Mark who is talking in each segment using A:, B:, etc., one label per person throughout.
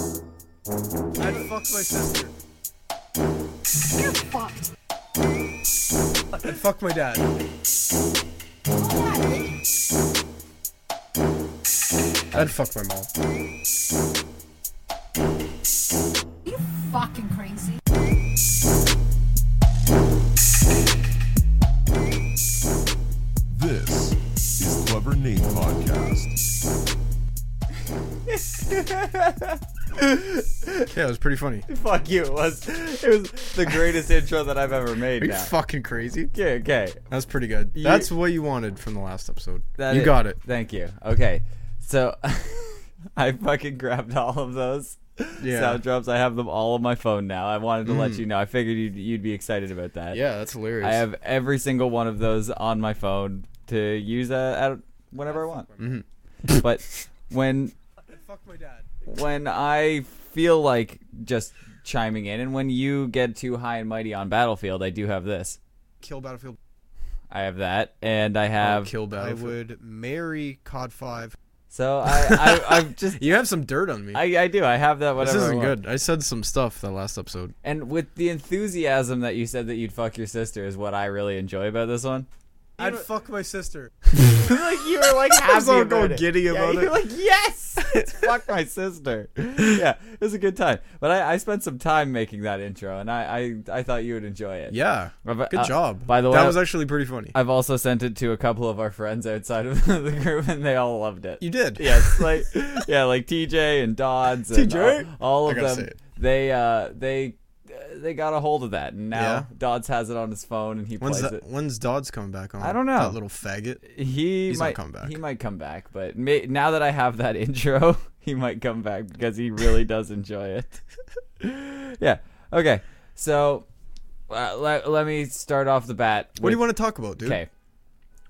A: I'd fuck my sister.
B: You're fucked.
A: I'd fuck my dad. I'd fuck my mom.
B: You fucking crazy.
C: This is Clever Name Podcast.
A: Yeah, it was pretty funny.
D: Fuck you. It was it was the greatest intro that I've ever made.
A: Are you
D: now.
A: fucking crazy?
D: okay, okay.
A: That's pretty good.
D: You-
A: That's what you wanted from the last episode.
D: That
A: you
D: is-
A: got it.
D: Thank you. Okay. So I fucking grabbed all of those
A: Yeah. Mm.
D: sound drops. I have them all on my phone now. I wanted to let you know. I figured you'd, you'd be excited about that.
A: Yeah, that's hilarious.
D: I have every single one of those on my phone to use uh, at whenever I want.
A: Mm-hmm.
D: but when
A: fuck my dad.
D: when I feel like just chiming in, and when you get too high and mighty on Battlefield, I do have this.
E: kill Battlefield.
D: I have that, and I have
A: Kill
E: I
A: Battlefield.
E: would marry COD 5.
D: so I, I I've just
A: You have some dirt on me.
D: I, I do I have that
A: this
D: whatever. I
A: isn't
D: want.
A: good. I said some stuff that last episode.
D: And with the enthusiasm that you said that you'd fuck your sister is what I really enjoy about this one.
E: I'd fuck my sister.
D: like you were like happy
A: was all
D: about
A: going
D: it.
A: giddy
D: Yeah,
A: about
D: you
A: it.
D: were like yes, it's fuck my sister. Yeah, it was a good time. But I, I spent some time making that intro, and I I, I thought you would enjoy it.
A: Yeah.
D: I've-
A: Good
D: uh,
A: job.
D: By the way,
A: that was actually pretty funny.
D: I've also sent it to a couple of our friends outside of the group, and they all loved it.
A: you did.
D: yes, like yeah, like TJ and Dodds, and
A: TJ?
D: all, all
A: I
D: of
A: gotta
D: them.
A: say it.
D: They uh they uh, they got a hold of that, and now
A: Yeah.
D: Dodds has it on his phone, and he
A: When's
D: plays
A: that, when's Dodds coming back on?
D: I don't know.
A: That little faggot.
D: it. He
A: He's not
D: might
A: coming back.
D: He might come back, but may, now that I have that intro, he might come back because he really does enjoy it. yeah. Okay. So uh, let let me start off the bat.
A: What do you want to talk about, dude?
D: Okay.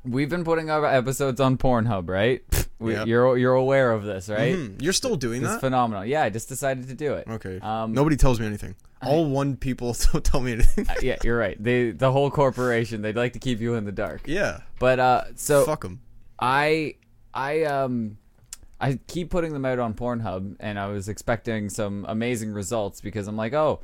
D: We've been putting our episodes on Pornhub, right? We,
A: Yep.
D: You're you're aware of this, right?
A: Hmm, you're still doing
D: It's
A: that?
D: phenomenal. Yeah, I just decided to do it.
A: okay.
D: Um,
A: Nobody tells me anything. All one people don't tell me anything.
D: yeah, you're right. They the whole corporation they'd like to keep you in the dark.
A: yeah.
D: But uh, so
A: Fuck them.
D: I I um I keep putting them out on Pornhub, and I was expecting some amazing results because I'm like, oh,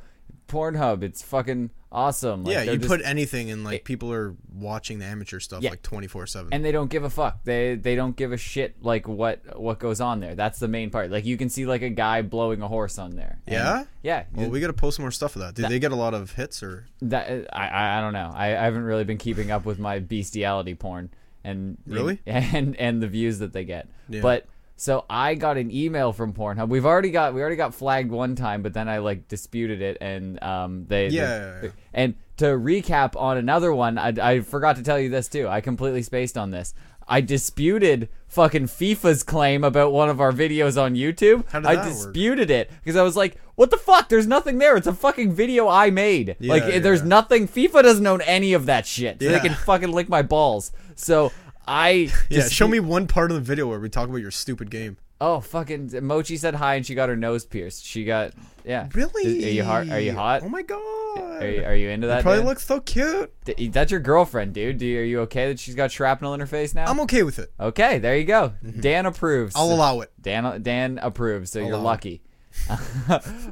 D: Pornhub, it's fucking awesome. Like,
A: Yeah,
D: they're
A: you
D: just-
A: put anything and like people are watching the amateur stuff
D: Yeah.
A: like 24/7.
D: and they don't give a fuck. They they don't give a shit like what what goes on there. That's the main part. Like you can see like a guy blowing a horse on there. And-
A: Yeah?
D: yeah.
A: well, we got to post more stuff of that. Did they get a lot of hits or
D: That I- I I don't know. I, I haven't really been keeping up with my bestiality porn and
A: Really?
D: and and the views that they get.
A: Yeah.
D: But so I got an email from Pornhub. We've already got we already got flagged one time, but then I like disputed it and um they they-
A: Yeah, yeah, yeah.
D: and to recap on another one, I I forgot to tell you this too. I completely spaced on this. I disputed fucking FIFA's claim about one of our videos on YouTube.
A: How did
D: I
A: that work?
D: disputed it because I was like, "What the fuck? There's nothing there. It's a fucking video I made." like
A: yeah,
D: there's
A: yeah.
D: nothing. FIFA doesn't own any of that shit. So
A: Yeah.
D: They can fucking lick my balls. So I
A: Yeah,
D: just-
A: show me one part of the video where we talk about your stupid game.
D: Oh fucking Mochi said hi and she got her nose pierced. She got yeah.
A: Really?
D: Are you hot? Are you hot?
A: Oh my god.
D: Are you, are you into that?
A: Probably
D: dude?
A: looks so cute.
D: D- That's your girlfriend, dude. Do you, are you okay that she's got shrapnel in her face now?
A: I'm okay with it.
D: okay, there you go. Dan approves.
A: I'll allow it.
D: Dan Dan approves, so you're
A: Allow.
D: lucky.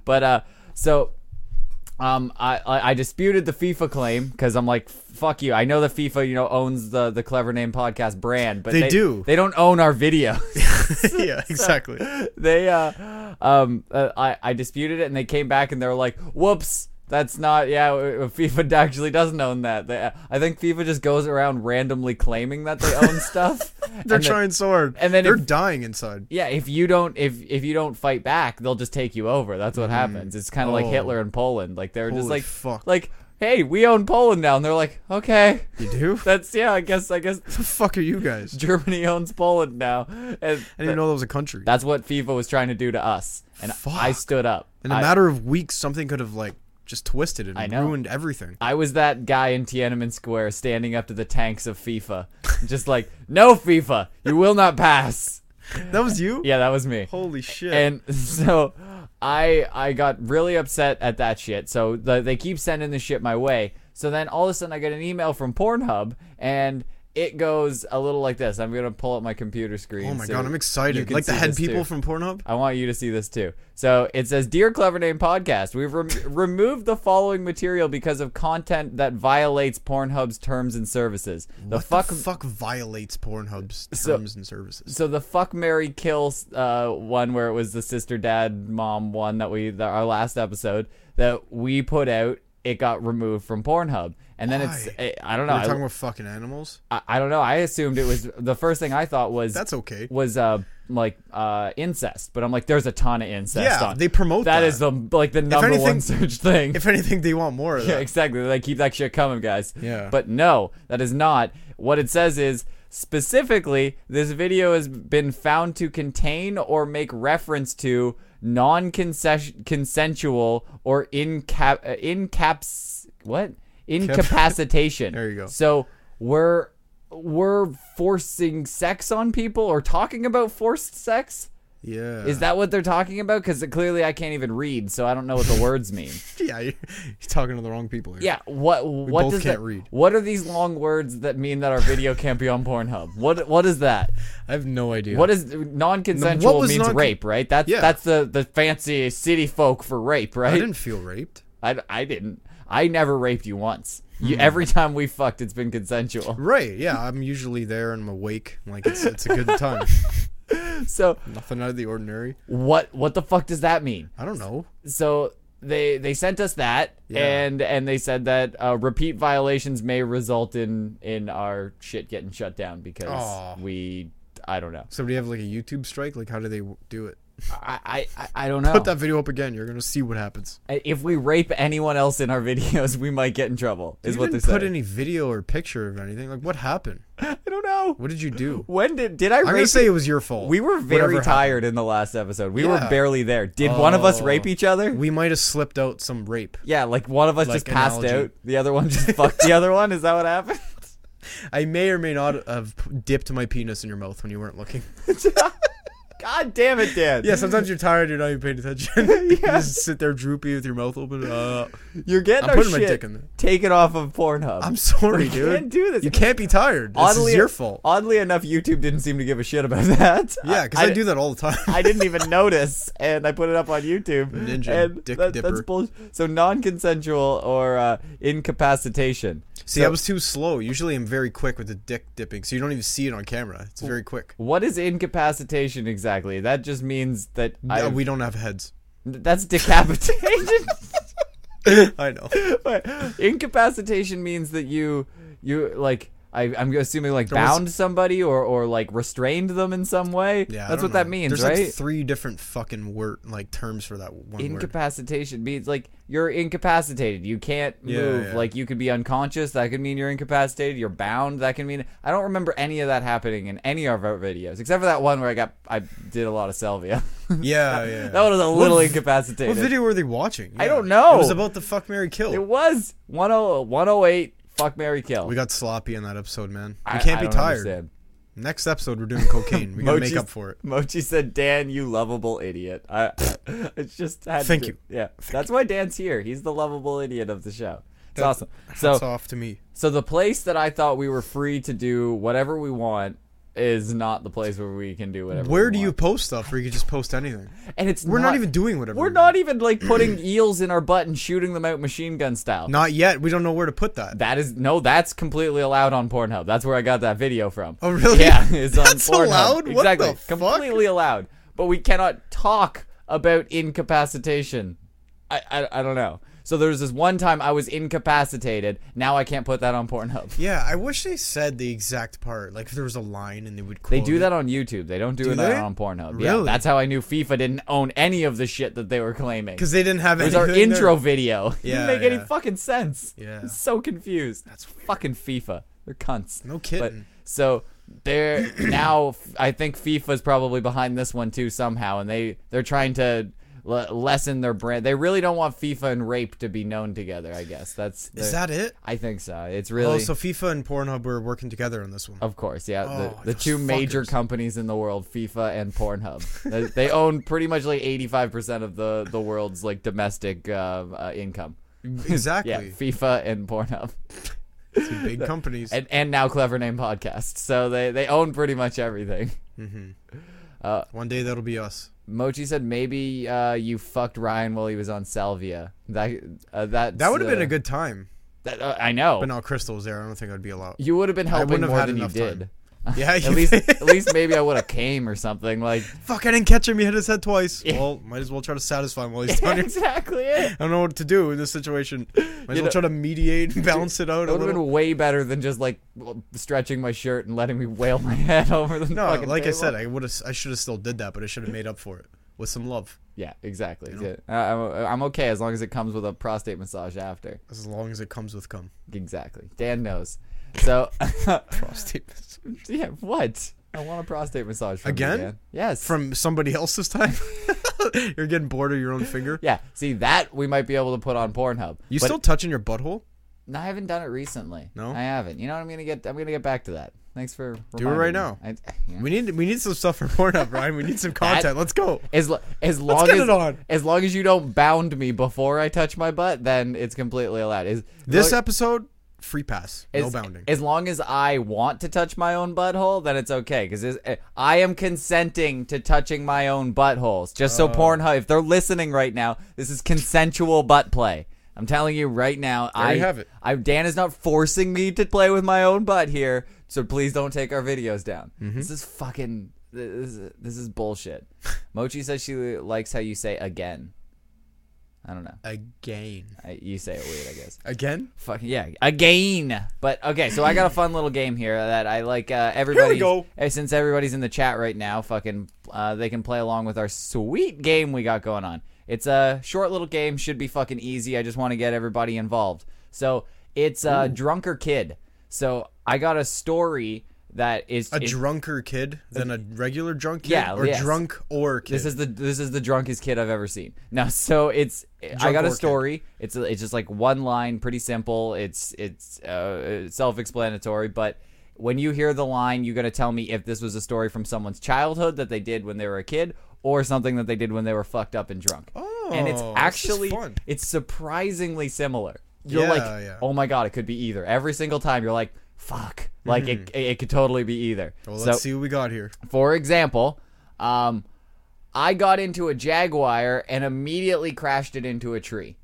D: but uh, so um, I I I disputed the FIFA claim because I'm like, fuck you. I know the FIFA, you know, owns the the clever name podcast brand, but
A: They do.
D: They don't own our video.
A: yeah, exactly.
D: they uh, um, uh, I I disputed it, and they came back and they were like, whoops. That's not yeah. uh, FIFA actually doesn't own that. They, I think FIFA just goes around randomly claiming that they own stuff.
A: They're
D: and then-
A: trying so hard.
D: and then
A: they're
D: if-
A: dying inside.
D: yeah, if you don't if if you don't fight back, they'll just take you over. That's what happens. It's kind of like
A: Oh.
D: Hitler in Poland. Like they're just
A: Holy
D: like
A: fuck.
D: like hey, we own Poland now, and they're like okay,
A: You do? what
D: that's yeah. I guess I guess
A: the fuck are you guys?
D: Germany owns Poland now, and
A: I didn't even know that was a country.
D: that's what FIFA was trying to do to us. And I
A: Fuck.
D: stood up.
A: In a
D: I-
A: matter of weeks, something could have like just twisted it
D: I
A: and
D: know.
A: ruined everything.
D: I was that guy in Tiananmen Square standing up to the tanks of FIFA, just like, "No FIFA, you will not pass."
A: That was you?
D: Yeah, that was me.
A: Holy shit.
D: And so I I got really upset at that shit. So the, they keep sending this shit my way. So then all of a sudden I get an email from Pornhub and it goes a little like this. I'm gonna pull up my computer screen.
A: Oh my
D: so
A: god, I'm
D: you
A: excited.
D: can
A: Like the
D: see
A: head
D: this
A: people
D: too. Uh,
A: from Pornhub.
D: I want you to see this too. So it says, "Dear Clever Name Podcast, we've rem- removed the following material because of content that violates Pornhub's terms and services. The fuck,
A: the fuck violates Pornhub's
D: So-
A: terms and services.
D: so the fuck Mary kill uh, one where it was the sister dad mom one that we that our last episode that we put out it got removed from Pornhub and then it's
A: Why?
D: I, I don't know
A: We're
D: I,
A: talking about fucking animals.
D: I, I don't know I assumed it was the first thing I thought was
A: That's okay.
D: was uh like uh incest but I'm like there's a ton of incest
A: Yeah,
D: on.
A: they promote
D: that
A: that.
D: is the like the number one
A: anything-
D: search thing
A: If anything, they want more of
D: yeah,
A: that.
D: exactly. They keep that shit coming, guys.
A: Yeah.
D: But no, that is not. What it says is specifically, this video has been found to contain or make reference to non consensual or inca- uh, incaps. What? Incapacitation.
A: There you go.
D: So we're. We're forcing sex on people or talking about forced sex?
A: Yeah.
D: Is that what they're talking about? Because clearly I can't even read, so I don't know what the words mean.
A: Yeah, you're, you're talking to the wrong people here.
D: Yeah, what what
A: both
D: does
A: can't
D: that,
A: read.
D: What are these long words that mean that our video can't be on Pornhub? What what is that?
A: I have no idea.
D: What is non-consensual
A: What was
D: means
A: non-
D: rape, right? That's
A: Yeah.
D: that's the the fancy city folk for rape, right?
A: I didn't feel raped.
D: I, I didn't. I never raped you once.
A: Hmm.
D: You, every time we fucked, it's been consensual.
A: Right? Yeah, I'm usually there and I'm awake. Like it's it's a good time.
D: So
A: Nothing out of the ordinary.
D: what what the fuck does that mean?
A: I don't know.
D: so they they sent us that and and they said that uh, repeat violations may result in in our shit getting shut down because
A: Aw.
D: we I don't know
A: Somebody have like a YouTube strike? Like how do they w- do it?
D: I I- I, I don't know
A: Put that video up again. You're gonna see what happens.
D: if we rape anyone else in our videos we might get in trouble is
A: you
D: what
A: didn't
D: they're
A: put
D: saying
A: any video or picture of anything. Like what happened?
D: I don't know
A: What did you do?
D: when did did I
A: I'm
D: rape
A: gonna say
D: you?
A: it was your fault.
D: we were
A: Whatever
D: very
A: happened.
D: tired in the last episode we were
A: Yeah.
D: barely there did one of us
A: Oh.
D: rape each other
A: We might have slipped out some rape.
D: yeah like one of us
A: Like
D: just passed
A: analogy.
D: out the other one just fucked the other one is that what happened
A: I may or may not have p- dipped my penis in your mouth when you weren't looking.
D: God damn it Dan
A: Yeah, sometimes you're tired, you're not even paying attention. you just sit there droopy with your mouth open. Uh,
D: You're getting
A: I'm
D: our
A: putting my
D: shit
A: dick in there.
D: taken off of Pornhub.
A: I'm sorry,
D: We
A: dude.
D: can't do this.
A: You can't be tired. This
D: oddly,
A: is your fault.
D: Oddly enough, YouTube didn't seem to give a shit about that.
A: yeah, because I, do that all the time.
D: I didn't even notice, and I put it up on YouTube.
A: Ninja
D: and
A: dick
D: that-
A: dipper.
D: That's bullshit. So non-consensual or uh, incapacitation.
A: see,
D: so-
A: I was too slow. Usually, I'm very quick with the dick dipping, so you don't even see it on camera. It's very quick.
D: What is incapacitation exactly? That just means that I,
A: Yeah, Uh, we don't have heads.
D: that's decapitation.
A: I know.
D: But incapacitation means that you you like I, I'm assuming like
A: was-
D: bound somebody or or like restrained them in some way.
A: Yeah, I
D: that's
A: don't
D: what that
A: know.
D: means,
A: There's
D: right?
A: like three different fucking word like terms for that one word.
D: incapacitation means like you're incapacitated. You can't
A: Yeah,
D: move.
A: yeah.
D: Like you could be unconscious. That could mean you're incapacitated. You're bound. That can mean I don't remember any of that happening in any of our videos except for that one where I got I did a lot of Selvia.
A: Yeah, yeah.
D: that was a little
A: What,
D: incapacitated.
A: what video were they watching?
D: I
A: Yeah.
D: don't know.
A: It was about the fuck Mary kill.
D: It was oh, 10 108 fuck Mary kill.
A: we got sloppy in that episode, man. We
D: I-
A: can't
D: I
A: be
D: don't
A: tired.
D: understand.
A: Next episode, we're doing cocaine. We gotta make
D: Mochi's-
A: up for it.
D: Mochi said, "Dan, you lovable idiot." I, I it's just had
A: Thank
D: to-
A: you.
D: Yeah, that's why Dan's here. He's the lovable idiot of the show. It's
A: That-
D: awesome.
A: That's
D: So,
A: off to me.
D: so the place that I thought we were free to do whatever we want is not the place where we can do whatever.
A: Where
D: we
A: do you
D: want.
A: post stuff? Where you can just post anything?
D: And it's
A: We're not, even doing whatever.
D: We're
A: we
D: not
A: want.
D: even like putting eels in our butt and shooting them out machine gun style.
A: Not yet. We don't know where to put that.
D: That is no, that's completely allowed on Pornhub. That's where I got that video from.
A: Oh, really?
D: Yeah, it's on
A: That's
D: Pornhub.
A: allowed? What
D: Exactly,
A: the fuck?
D: completely allowed. But we cannot talk about incapacitation. I, I I don't know. So there was this one time I was incapacitated. Now I can't put that on Pornhub.
A: yeah, I wish they said the exact part. Like if there was a line and they would.
D: They
A: quote
D: do
A: it.
D: that on YouTube. They don't do, it
A: they?
D: on Pornhub. Yeah,
A: Really?
D: that's how I knew FIFA didn't own any of the shit that they were claiming.
A: because they didn't have
D: It was our
A: anything
D: intro
A: there.
D: video. It didn't
A: Yeah,
D: make any
A: yeah.
D: fucking sense.
A: Yeah.
D: I'm so confused. That's fucking FIFA. They're cunts.
A: No
D: But,
A: kidding.
D: so they're now. f- I think FIFA's probably behind this one too somehow, and they they're trying to le- lessen their brand. They really don't want FIFA and rape to be known together. I guess that's
A: Is
D: their-
A: that it?
D: I think so. It's really.
A: Oh, so FIFA and Pornhub were working together on this one.
D: Of course, yeah.
A: Oh,
D: the the
A: those
D: two major
A: fuckers.
D: companies in the world, FIFA and Pornhub, they, they own pretty much like eighty five percent of the the world's like domestic uh, uh, income.
A: exactly.
D: Yeah, FIFA and Pornhub.
A: Two big companies.
D: and, and now Clever Name Podcast. So they, they own pretty much everything.
A: One day that'll be us.
D: Mochi said maybe uh, you fucked Ryan while he was on Salvia. That uh, that's,
A: That would have
D: uh,
A: been a good time.
D: that- uh, I know.
A: But now Crystal was there. I don't think I'd be allowed.
D: you would have been helping
A: wouldn't have
D: more
A: had
D: than you
A: enough
D: did.
A: time. Yeah,
D: At least at least maybe I would have came or something like
A: Fuck, I didn't catch him. He hit his head twice. Well, might as well try to satisfy him while he's down here.
D: exactly it.
A: I don't know what to do in this situation. Might as well
D: know-
A: try to mediate and balance it out
D: It
A: a
D: would have
A: little.
D: been way better than just like w- stretching my shirt and letting me wail my head over the
A: No,
D: fucking
A: like I
D: table.
A: said, I would have. I should have still did that, but I should have made up for it with some love.
D: yeah, exactly. Uh, I'm, I'm okay as long as it comes with a prostate massage after.
A: As long as it comes with cum.
D: Exactly. Dan knows. So
A: Prostate massage.
D: yeah, what? I want a prostate massage from you,
A: Again?
D: Dan. Yes.
A: From somebody else this time. You're getting bored of your own finger.
D: Yeah, see that we might be able to put on Pornhub.
A: You
D: But-
A: still touching your butthole?
D: No, I haven't done it recently.
A: No?
D: I haven't. You know what? I'm gonna get. I'm gonna get back to that. Thanks for
A: Do it
D: reminding
A: right
D: me.
A: now.
D: I, yeah.
A: We need we need some stuff for Pornhub, Ryan. We need some content. Let's go.
D: as lo- as long
A: get
D: as
A: it on.
D: as long as you don't bound me before I touch my butt, then it's completely allowed. Is
A: This
D: lo-
A: episode, free pass, no
D: as-
A: bounding.
D: As long as I want to touch my own butthole, then it's okay because I am consenting to touching my own buttholes. Just
A: Oh.
D: so Pornhub, if they're listening right now, this is consensual butt play. I'm telling you right now. I
A: you have it.
D: I Dan is not forcing me to play with my own butt here, so please don't take our videos down.
A: Mm-hmm.
D: This is fucking. This is, this is bullshit. Mochi says she likes how you say again. I don't know.
A: Again,
D: I, you say it weird, I guess.
A: again.
D: Fuck yeah, again. But okay, so I got a fun little game here that I like. Uh, everybody,
A: go.
D: since everybody's in the chat right now, fucking, uh, they can play along with our sweet game we got going on. It's a short little game, should be fucking easy. I just want to get everybody involved. So it's uh, drunk or kid. So I got a story that is
A: A
D: it-
A: drunker kid than a regular drunk kid,
D: Yeah,
A: or
D: yes.
A: drunk or kid.
D: This is the this is the drunkest kid I've ever seen. No, so it's I got a
A: orchid.
D: story. It's it's just like one line, pretty simple. It's it's uh, self-explanatory, but when you hear the line, you're gonna tell me if this was a story from someone's childhood that they did when they were a kid, or something that they did when they were fucked up and drunk. Oh, and it's
A: this is
D: actually
A: fun.
D: it's surprisingly similar. You're
A: Yeah,
D: like,
A: yeah.
D: oh my god, it could be either. Every single time, you're like, fuck, like it, it, could totally be either.
A: Mm-hmm. well,
D: so,
A: let's see what we got here.
D: for example, um, I got into a Jaguar and immediately crashed it into a tree.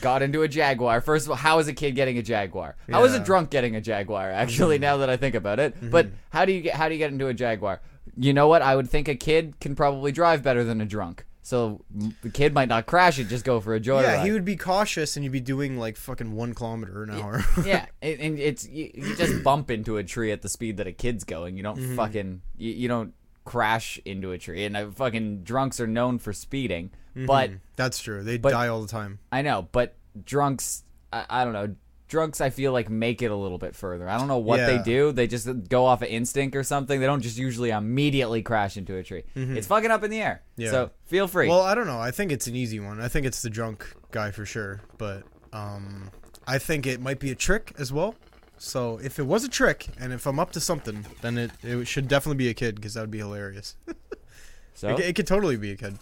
D: got into a Jaguar. First of all, how is a kid getting a Jaguar? How is a
A: Yeah. Mm-hmm.
D: drunk getting a Jaguar? Actually, now that I think about it, but how do you get how do you get into a Jaguar? You know what? I would think a kid can probably drive better than a drunk. So m- the kid might not crash it, just go for a joyride.
A: Yeah, he would be cautious, and you'd be doing like fucking one kilometer an hour.
D: yeah, and, and it's you, you just bump into a tree at the speed that a kid's going. You don't
A: Mm-hmm.
D: fucking you, you don't crash into a tree. And uh, fucking drunks are known for speeding,
A: Mm-hmm.
D: but
A: That's true. They die all the time.
D: I know, but drunks, I, I don't know. Drunks, I feel like make it a little bit further. I don't know what they
A: Yeah.
D: do. They just go off of instinct or something. They don't just usually immediately crash into a tree. It's fucking up in the air.
A: Mm-hmm. Yeah.
D: So feel free.
A: Well, I don't know. I think it's an easy one. I think it's the drunk guy for sure, but um, I think it might be a trick as well. So if it was a trick, and if I'm up to something, then it, it should definitely be a kid because that would be hilarious.
D: so
A: It, it could totally be a kid.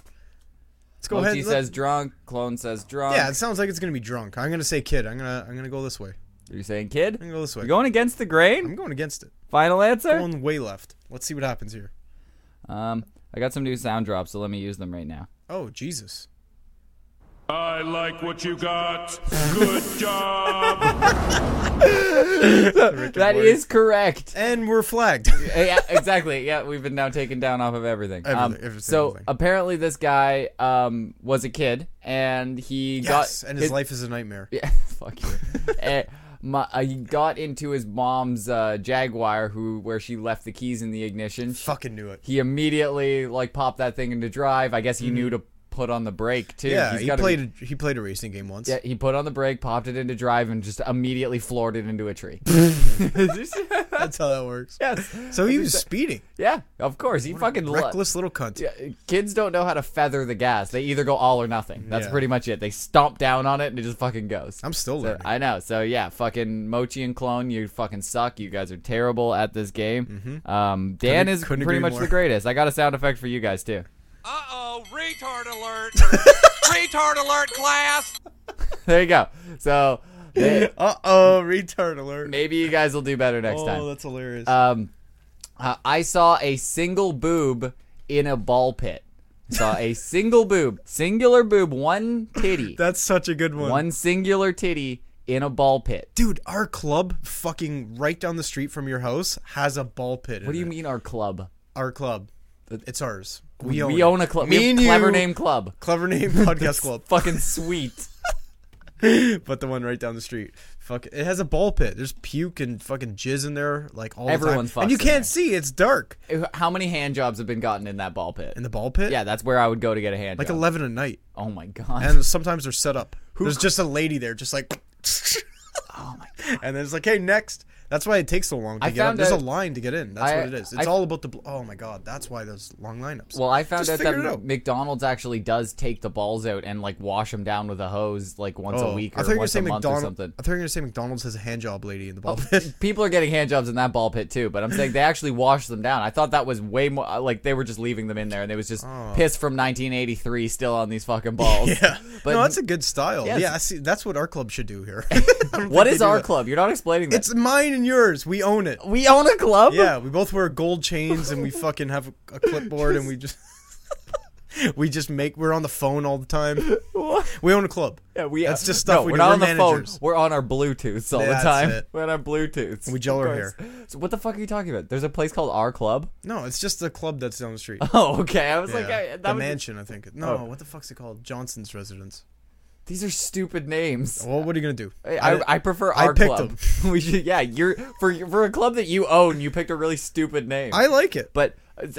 A: Let's go
D: Mochi
A: ahead. let-
D: Oh. says drunk. Clone says drunk.
A: yeah, it sounds like it's gonna be drunk. I'm gonna say kid. I'm gonna I'm gonna go this way.
D: Are you saying kid?
A: I'm gonna go this way.
D: You're going against the grain.
A: I'm going against it.
D: Final answer.
A: Going way left. Let's see what happens here.
D: Um, I got some new sound drops, so let me use them right now.
A: Oh Jesus!
C: I like what you got. Good job.
D: That is correct.
A: And we're flagged.
D: Uh, yeah, exactly. Yeah, we've been now taken down off of everything. Um,
A: Everything, every
D: so
A: single thing.
D: apparently, this guy um was a kid, and he
A: yes,
D: got
A: and his, life is a nightmare.
D: Yeah, fuck you. Eh, my, uh, he got into his mom's uh, Jaguar, who where she left the keys in the ignition.
A: Fucking knew it.
D: He immediately like popped that thing into drive. I guess he knew to put on the brake too.
A: Mm-hmm. Yeah,
D: He's
A: he
D: gotta be-
A: played a, he played a racing game once.
D: Yeah, he put on the brake, popped it into drive, and just immediately floored it into a tree.
A: That's how that works.
D: yes.
A: So he was speeding.
D: Yeah, of course. He fucking lo-
A: Reckless little cunt.
D: Yeah, kids don't know how to feather the gas. They either go all or nothing. That's
A: Yeah.
D: pretty much it. They stomp down on it and it just fucking goes.
A: I'm still
D: So,
A: learning.
D: I know. So yeah, fucking Mochi and Clone, you fucking suck. You guys are terrible at this game. Um, Dan
A: Mm-hmm. Couldn't-
D: is
A: couldn't
D: pretty
A: agree
D: much
A: more.
D: the greatest. I got a sound effect for you guys too.
F: Uh oh, retard alert! retard alert, class!
D: There you go. So They-
A: Uh oh, retard alert.
D: maybe you guys will do better next time.
A: Oh, that's hilarious.
D: Um, uh, I saw a single boob in a ball pit. Saw a single boob, singular boob, one titty,
A: that's such a good one.
D: one singular titty in a ball pit.
A: Dude, our club fucking right down the street from your house has a ball pit.
D: What do you mean our club?
A: Our club. It's ours. We own,
D: We
A: it.
D: own a club.
A: Me
D: We have
A: and
D: clever
A: you-
D: name club.
A: Clever name podcast club.
D: Fucking sweet.
A: but the one right down the street. Fuck, it has a ball pit. There's puke and fucking jizz in there, like all
D: Everyone
A: the time. And
D: fucks
A: you
D: in
A: can't
D: there.
A: see. It's dark
D: How many hand jobs have been gotten in that ball pit?
A: in the ball pit.
D: Yeah, that's where I would go to get a hand
A: like
D: job.
A: eleven at night,
D: oh my god.
A: and sometimes they're set up. There's just a lady there, just like. oh my god! And then it's like, hey, next. That's why it takes so long to
D: I
A: get up.
D: found
A: There's a
D: out-
A: line to get in. That's
D: I-
A: what it is. It's
D: I-
A: all about the. Bl- oh my god! That's why those long lineups.
D: Well, I found
A: Just
D: out that
A: figure it out.
D: McDonald's actually does take the balls out and like wash them down with a hose like once
A: Oh,
D: a week
A: I
D: or
A: thought you were
D: once a
A: saying
D: month or
A: McDonald's. I
D: something. Oh.
A: thought you were gonna say McDonald's has a hand job lady in the ball pit.
D: People are getting hand jobs in that ball pit too, but I'm saying they actually wash them down. I thought that was way more uh, like they were just leaving them in there and it was just piss from 1983 still on these fucking balls.
A: Oh. Yeah,
D: But
A: no, that's a good style.
D: Yes.
A: Yeah, I see. That's what our club should do here. I don't
D: what
A: think
D: is
A: they do
D: our
A: that.
D: club? You're not explaining that.
A: It's mine and yours. We own it.
D: we own a club?
A: Yeah, we both wear gold chains and we fucking have a, a clipboard and we just we just make. We're on the phone all the time.
D: What?
A: We own a club.
D: Yeah, we uh,
A: That's just stuff
D: no,
A: we
D: are
A: do.
D: not
A: We're
D: on the
A: managers.
D: phone. We're on our Bluetooths all
A: That's
D: the time.
A: it.
D: We're on our Bluetooths.
A: We gel
D: Of
A: our
D: course. So what the fuck are you talking about? There's a place called Our Club.
A: No, it's just the club that's down the street.
D: Oh, okay. I was like,
A: Yeah.
D: I, that
A: the
D: was,
A: mansion, I think. No,
D: Oh.
A: what the fuck's it called? Johnson's residence.
D: these are stupid names.
A: Well, what are you gonna do?
D: I, I, prefer
A: I
D: our
A: picked
D: club. we should, yeah, you're for for a club that you own. You picked a really stupid name.
A: I like it.
D: but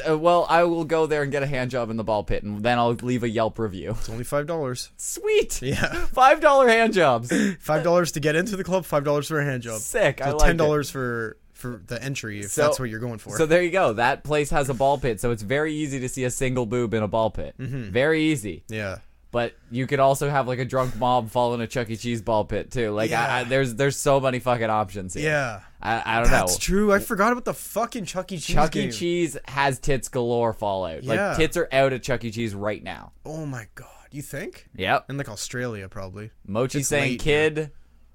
D: uh, well, I will go there and get a hand job in the ball pit, and then I'll leave a Yelp review.
A: It's only five dollars.
D: Sweet.
A: Yeah.
D: Five dollar hand jobs.
A: Five dollars to get into the club. Five dollars for a hand job.
D: Sick. I
A: So
D: like
A: ten dollars for for the entry if
D: So-
A: that's what you're going for.
D: So there you go. That place has a ball pit, so it's very easy to see a single boob in a ball pit.
A: Mm-hmm.
D: Very easy.
A: yeah.
D: But you could also have like a drunk mob fall in a Chuck E. Cheese ball pit too. Like I, I,
A: Yeah.
D: there's there's so many fucking options here.
A: Yeah.
D: I, I don't
A: That's
D: know.
A: true. I forgot about the fucking Chuck E. Cheese.
D: Chuck E.
A: game.
D: Cheese has tits galore fallout.
A: Yeah.
D: Like tits are out at Chuck E. Cheese right now.
A: Oh my god. You think?
D: Yep.
A: In like Australia, probably.
D: Mochi
A: it's
D: saying
A: late,
D: kid,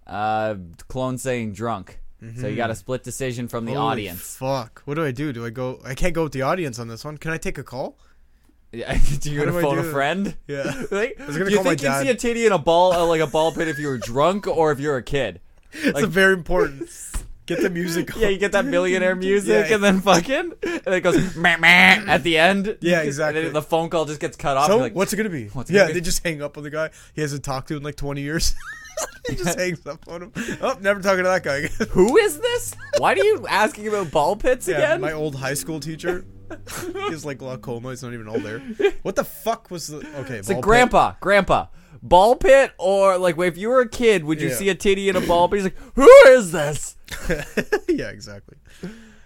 D: uh, clone saying drunk. So you got a split decision from the
A: Mm-hmm. Holy
D: audience.
A: Fuck. What do I do? Do I go? I can't go with the audience on this one. Can I take a call?
D: Yeah, do you
A: How
D: gonna
A: do I
D: phone a
A: do that?
D: friend?
A: Yeah.
D: Like,
A: was gonna
D: do you
A: call my
D: think you'd see
A: dad.
D: a titty in a ball, uh, like a ball pit, if you were drunk or if you're a kid?
A: It's a very important. Get the music.
D: Yeah,
A: on.
D: you get that millionaire music
A: Yeah.
D: and then fucking, and it goes meh, meh, at the end.
A: Yeah,
D: And
A: exactly.
D: then the phone call just gets cut off.
A: So
D: you're like,
A: what's it gonna be?
D: What's it
A: yeah,
D: gonna
A: they
D: be?
A: just hang up on the guy. He hasn't talked to in like 20 years. he just hangs up on him. Oh, never talking to that guy again.
D: who is this? Why do you asking about ball pits
A: Yeah,
D: again?
A: my old high school teacher. He's like glaucoma. It's not even all there. What the fuck was the? Okay,
D: It's a grandpa, grandpa. Ball pit or like if you were a kid, would you
A: Yeah.
D: see a titty in a ball pit? He's like, who is this?
A: yeah, exactly.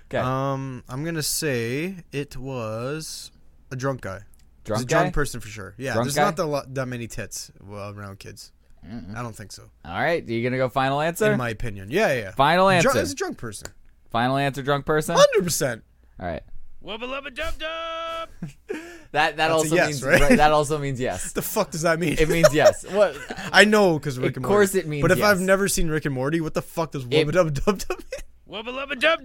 D: Okay,
A: Um, I'm gonna say it was a drunk guy. It was
D: drunk
A: a
D: guy.
A: drunk person for sure. Yeah,
D: Drunk
A: there's
D: guy?
A: not that, lo- that many tits well, around kids. I don't think so.
D: All right, you gonna go final answer?
A: In my opinion, yeah, yeah. yeah.
D: Uh, Final answer.
A: Dr- it's a drunk person,
D: Final answer, drunk person. All
A: hundred percent.
D: right.
C: Wubba lubba dub dub.
D: That that
A: a
D: also
A: yes,
D: means
A: right?
D: right, that also means yes.
A: The fuck does that mean?
D: It means yes. What?
A: I know because Rick and Morty.
D: course it means
A: But if I've
D: yes.
A: never seen Rick and Morty, what the fuck does wubba dub dub dub mean?
C: Wubba lubba dub dub.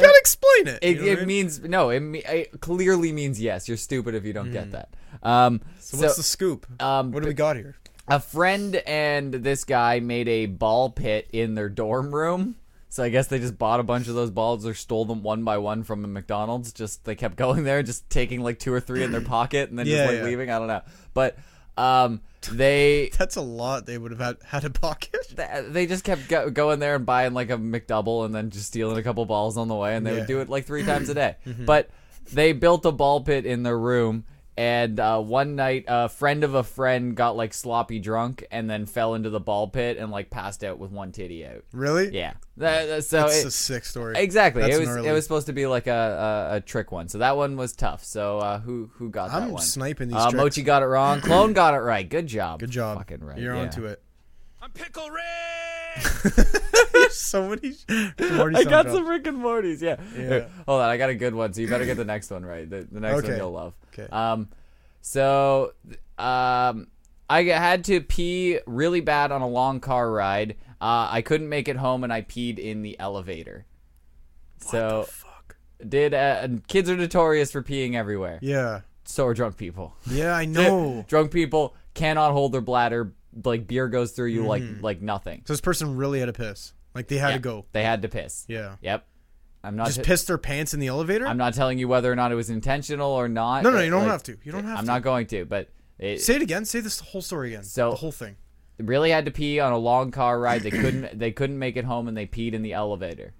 A: Gotta explain it.
D: It,
A: you know what I
D: it means no. It, me- it clearly means yes. You're stupid if you don't get that. Um, so,
A: What's the scoop?
D: um,
A: what do we got here?
D: a friend and this guy made a ball pit in their dorm room. So I guess they just bought a bunch of those balls or stole them one by one from a McDonald's. Just they kept going there, just taking like two or three in their pocket and then
A: Yeah,
D: just like
A: yeah.
D: leaving. I don't know, but um, they
A: That's a lot. They would have had had a pocket.
D: th- they just kept go- going there and buying like a McDouble and then just stealing a couple balls on the way, and they
A: Yeah. Mm-hmm.
D: would do it like three times a day. But they built a ball pit in their room. And uh, one night, a friend of a friend got like sloppy drunk and then fell into the ball pit and like passed out with one titty out.
A: Really?
D: Yeah. That- that- so
A: That's
D: it-
A: a sick story.
D: exactly,
A: That's
D: it was
A: gnarly.
D: it was supposed to be like a, a, a trick one. So that one was tough. So uh, who who got that
A: I'm
D: one?
A: sniping these
D: Uh,
A: tricks.
D: Mochi got it wrong. Clone got it right. Good job.
A: Good job.
D: Fucking right.
A: You're
D: yeah.
A: onto it.
C: I'm Pickle Rick.
A: so many. Morty
D: I got
A: sound
D: some
A: drops.
D: Rick and Morty's. Yeah. Here, hold on, I got a good one. So you better get the next one right. The, the next one
A: Okay.
D: you'll love.
A: Okay.
D: Um, so, um, I had to pee really bad on a long car ride. Uh, I couldn't make it home, and I peed in the elevator. so did uh, and kids are notorious for peeing everywhere.
A: Yeah.
D: So are drunk people.
A: Yeah, I know.
D: drunk people cannot hold their bladder. Like beer goes through you like like nothing.
A: so this person really had to piss. Like they had to Mm-hmm. go.
D: They had to piss.
A: Yeah.
D: Yep. I'm not.
A: Just
D: t-
A: pissed their pants in the elevator?
D: I'm not telling you whether or not it was intentional or not.
A: no, no,
D: It-
A: you don't
D: like,
A: have to. You don't have
D: I'm
A: to.
D: not going to, but it
A: Say it again. Say this whole story again.
D: So-
A: the whole thing.
D: really had to pee on a long car ride. They couldn't. they couldn't make it home, and they peed in the elevator.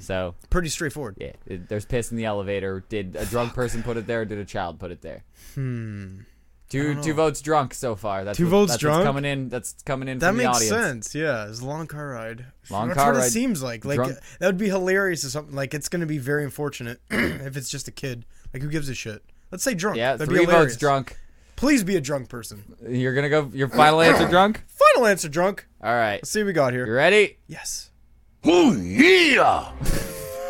D: So
A: Pretty straightforward.
D: yeah, it- there's piss in the elevator. Did a drunk person put it there? or Did a child put it there? Hmm. Two two votes drunk so far. That's
A: Two
D: what-
A: votes
D: that's
A: drunk?
D: What's coming in. That's coming in.
A: That
D: from the
A: makes
D: audience.
A: sense. Yeah, it's a long car ride.
D: Long
A: That's
D: car
A: what
D: ride.
A: it seems like. Like
D: Drunk.
A: that would be hilarious. Or something like it's going to be very unfortunate if it's just a kid. Like who gives a shit? Let's say drunk.
D: Yeah,
A: That'd be
D: three votes
A: hilarious.
D: drunk.
A: Please be a drunk person.
D: You're gonna go. Your final answer drunk.
A: Final answer, drunk.
D: All right.
A: Let's see what we got
D: You
A: here.
D: ready?
A: Yes.
C: Oh yeah!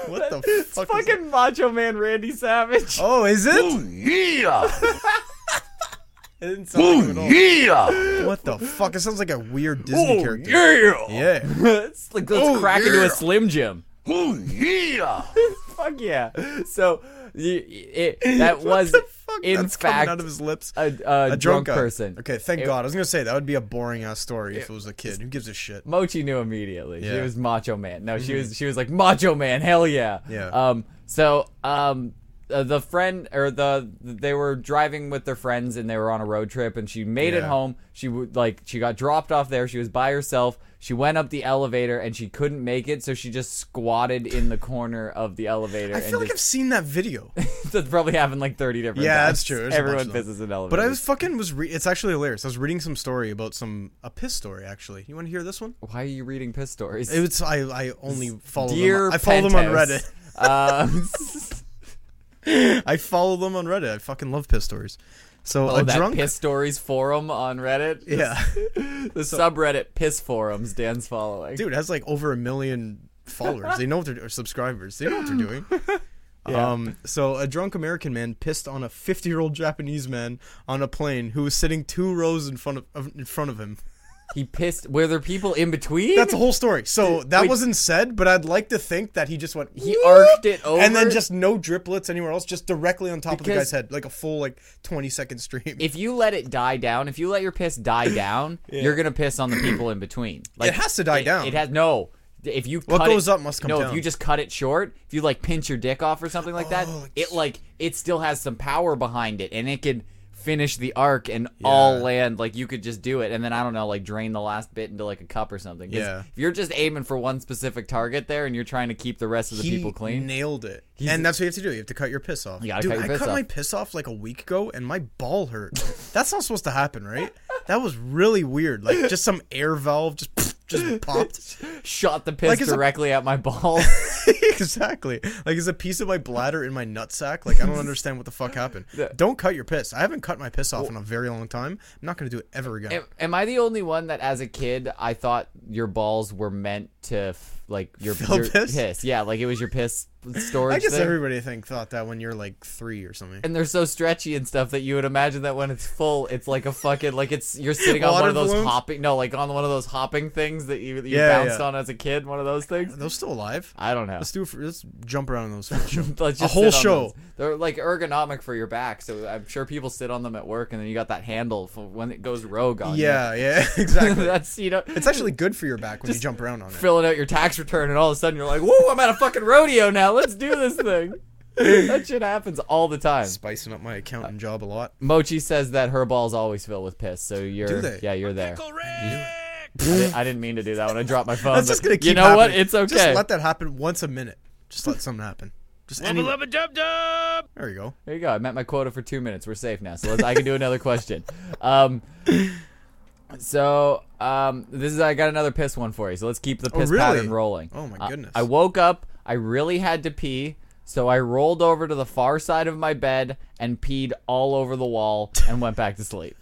A: What the fuck? is that?
D: Macho Man Randy Savage.
A: Oh, is it?
C: yeah!
A: It didn't sound like him
C: yeah!
A: at all. What the fuck? It sounds like a weird Disney character.
C: yeah!
A: Yeah.
D: it's like let's
A: Oh,
D: crack into
A: yeah.
D: a Slim Jim.
C: Oh yeah!
D: Fuck yeah! So y- it, that was
A: the fuck?
D: in
A: That's coming
D: fact
A: out of his lips.
D: a, a,
A: a
D: drunk,
A: guy.
D: person.
A: Okay, thank
D: It-
A: God. I was gonna say that would be a boring ass story if it was a kid. Who gives a shit?
D: Mochi knew immediately. She
A: Yeah. Mm-hmm.
D: was Macho Man. No, she was she was like Macho Man. Hell yeah.
A: Yeah.
D: Um. So um. uh, the friend or the they were driving with their friends and they were on a road trip and she made it
A: Yeah.
D: home she would like she got dropped off there she was by herself she went up the elevator and she couldn't make it so she just squatted in the corner of the elevator
A: I
D: and
A: feel like I've
D: just,
A: seen that video.
D: that's probably happened like 30 different
A: Yeah,
D: times.
A: that's true. There's a bunch
D: everyone
A: of them.
D: pisses in elevators
A: But I was fucking was re- it's actually hilarious. I was reading some story about some a piss story actually. You want to hear this one?
D: why are you reading piss stories
A: It was I I only follow
D: dear
A: them. I follow them on Reddit.
D: Penthouse. um
A: I follow them on Reddit. I fucking love piss stories. So
D: Oh,
A: a
D: that
A: drunk
D: piss stories forum on Reddit.
A: Yeah.
D: the subreddit piss forums Dan's following.
A: Dude, it has like over a million followers. they know what they're or subscribers. They know what they're doing. Um, so a drunk American man pissed on a 50-year-old Japanese man on a plane who was sitting two rows in front of, of in front of him.
D: He pissed. Were there people in between?
A: That's the whole story. So that
D: Wait.
A: wasn't said, but I'd like to think that he just went.
D: He arced it
A: and then
D: over?
A: just no driplets anywhere else, just directly on top of the
D: Because-
A: guy's head, like a full like twenty second stream.
D: if you let it die down, if you let your piss die down, you're gonna piss on the people in between. Like
A: has to die
D: it-
A: down.
D: It has no. If you
A: What
D: cut it-
A: goes up must come
D: no, if
A: down.
D: you just cut it short, if you like pinch your dick off or something like that,
A: Oh,
D: it like it still has some power behind it, and it could finish the arc and all land. Like you could just do it, and then I don't know, like drain the last bit into like a cup or something. 'Cause
A: Yeah.
D: If you're just aiming for one specific target there, and you're trying to keep the rest of the
A: he
D: people clean,
A: nailed it,
D: He's-
A: and that's what you have to do. You have to cut your piss off.
D: You gotta
A: Dude,
D: cut your
A: I
D: piss
A: cut
D: off.
A: my piss off like a week ago, and my ball hurt. that's not supposed to happen, right? That was really weird. Like just some air valve just just popped.
D: shot the piss
A: Like, it's a-
D: directly at my balls.
A: exactly. Like it's a piece of my bladder in my nutsack. Like I don't understand what the fuck happened. Don't cut your piss. I haven't cut my piss off in a very long time. I'm not gonna do it ever again.
D: Am, am I the only one that, as a kid, I thought your balls were meant to f- like your, your
A: piss?
D: Yeah, like it was your piss storage.
A: I guess
D: thing.
A: everybody I think thought that when you're like three or something.
D: and they're so stretchy and stuff that you would imagine that when it's full, it's like a fucking like it's you're sitting on one
A: Water
D: of those
A: balloons?
D: hopping no, like on one of those hopping things that you, that you
A: Yeah,
D: bounced
A: yeah.
D: on as a kid. One of those things.
A: Are those still alive?
D: I don't know.
A: Let's do. it For, let's jump around on those. for the show.
D: Let's
A: a
D: just
A: whole
D: sit on
A: show.
D: those. They're like ergonomic for your back, so I'm sure people sit on them at work, and then you got that handle for when it goes rogue on you.
A: Yeah, yeah, exactly.
D: that's you know.
A: It's actually good for your back when you jump around on it.
D: filling out your tax return, and all of a sudden you're like, "Whoa, I'm at a fucking rodeo now. Let's do this thing." that shit happens all the time.
A: Spicing up my accounting job a lot.
D: Mochi says that her balls always fill with piss, so you're
A: Do they?
D: yeah, you're there.
C: Pickle Rick!
D: I, did, not mean to do that when I dropped my phone.
A: That's just
D: but
A: gonna keep.
D: You know what?
A: happening.
D: It's okay.
A: Just let that happen once a minute. Just let something happen. Just any.
C: Lubba lubba dub dub!
A: There you go.
D: there you go. I met my quota for two minutes. We're safe now, so let's, I can do another question. Um, so um, this is I got another piss one for you. So let's keep the piss
A: really?
D: pattern rolling.
A: Oh, my
D: Uh,
A: goodness.
D: I woke up. I really had to pee, so I rolled over to the far side of my bed and peed all over the wall and went back to sleep.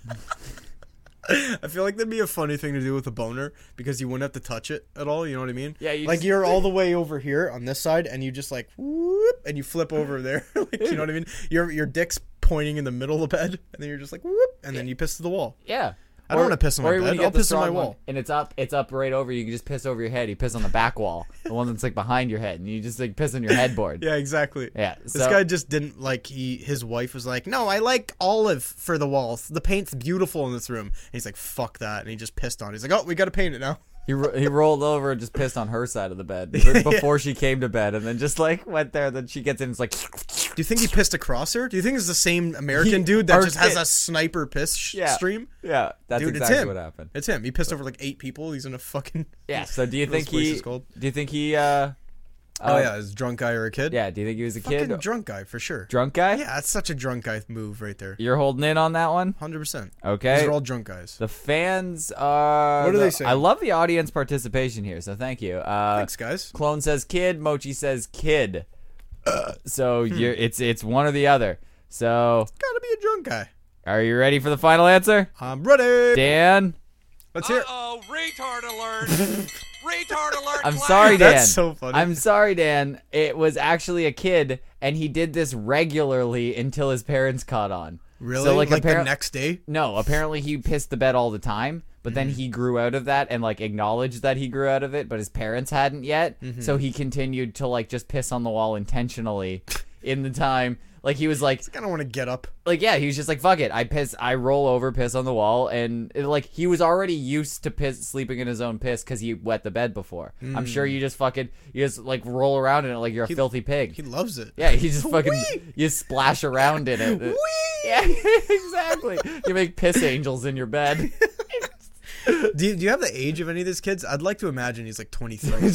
A: I feel like that'd be a funny thing to do with a boner because you wouldn't have to touch it at all. You know what I mean?
D: Yeah, you
A: like
D: just-
A: you're all the way over here on this side, and you just like whoop, and you flip over there. like you know what I mean? Your your dick's pointing in the middle of the bed, and then you're just like whoop, and then you piss to the wall.
D: Yeah.
A: I don't want to piss on my
D: or when
A: bed.
D: you get
A: I'll
D: the
A: piss on my
D: strong one
A: wall.
D: and it's up, it's up right over. You You can just piss over your head. You piss on the back wall, the one that's like behind your head, and you just like piss on your headboard.
A: Yeah, exactly.
D: Yeah,
A: This
D: so-
A: guy just didn't like he his wife was like, "No, I like olive for the walls. The paint's beautiful in this room." And he's like, "Fuck that." And he just pissed on. it. He's like, "Oh, we got to paint it now."
D: He ro- he rolled over and just pissed on her side of the bed b- before she came to bed, and then just like went there. Then she gets in, and it's like
A: Do you think he pissed across her? Do you think it's the same American
D: He-
A: dude that
D: or
A: just has
D: it-
A: a sniper piss sh-
D: yeah,
A: stream?
D: Yeah, that's
A: Dude,
D: exactly
A: it's him.
D: what happened.
A: It's him. He pissed over like eight people. He's in a fucking
D: Yeah. So do you
A: Those
D: think he?
A: places
D: Do
A: called.
D: you think he? uh
A: Oh yeah, is drunk guy or a kid?
D: Yeah. Do you think he was a
A: fucking
D: kid?
A: drunk guy for sure.
D: drunk guy.
A: Yeah, that's such a drunk guy move right there.
D: You're holding in on that one.
A: Hundred percent.
D: Okay.
A: These are all drunk guys.
D: The fans are.
A: What do they
D: the-
A: say?
D: I love the audience participation here, so thank you. Uh,
A: Thanks, guys.
D: Clone says kid. Mochi says kid.
A: Uh.
D: so
A: Hmm.
D: you're, it's it's one or the other. So
A: Gotta be a drunk guy.
D: are you ready for the final answer,
A: I'm ready.
D: Dan?
A: Let's hear. it.
C: Oh, retard alert! retard alert!
D: I'm sorry, Dan.
A: That's so funny.
D: I'm sorry, Dan. It was actually a kid, and he did this regularly until his parents caught on.
A: Really?
D: So,
A: like
D: like,
A: the
D: apparent-
A: next day?
D: No, apparently he pissed the bed all the time, but
A: Mm-hmm.
D: then he grew out of that and like acknowledged that he grew out of it, but his parents hadn't yet.
A: Mm-hmm.
D: So he continued to like just piss on the wall intentionally in the time. Like he was like
A: I don't want to get up.
D: like yeah, he was just like fuck it. I piss I roll over, piss on the wall and it, like he was already used to piss sleeping in his own piss cuz he wet the bed before. I'm sure you just fucking you just like roll around in it like you're a filthy pig.
A: Hmm. He loves it.
D: yeah, you just fucking you splash around in it. Yeah, exactly. You make piss angels in your bed.
A: Do you, do you have the age of any of these kids? I'd like to imagine he's like 23.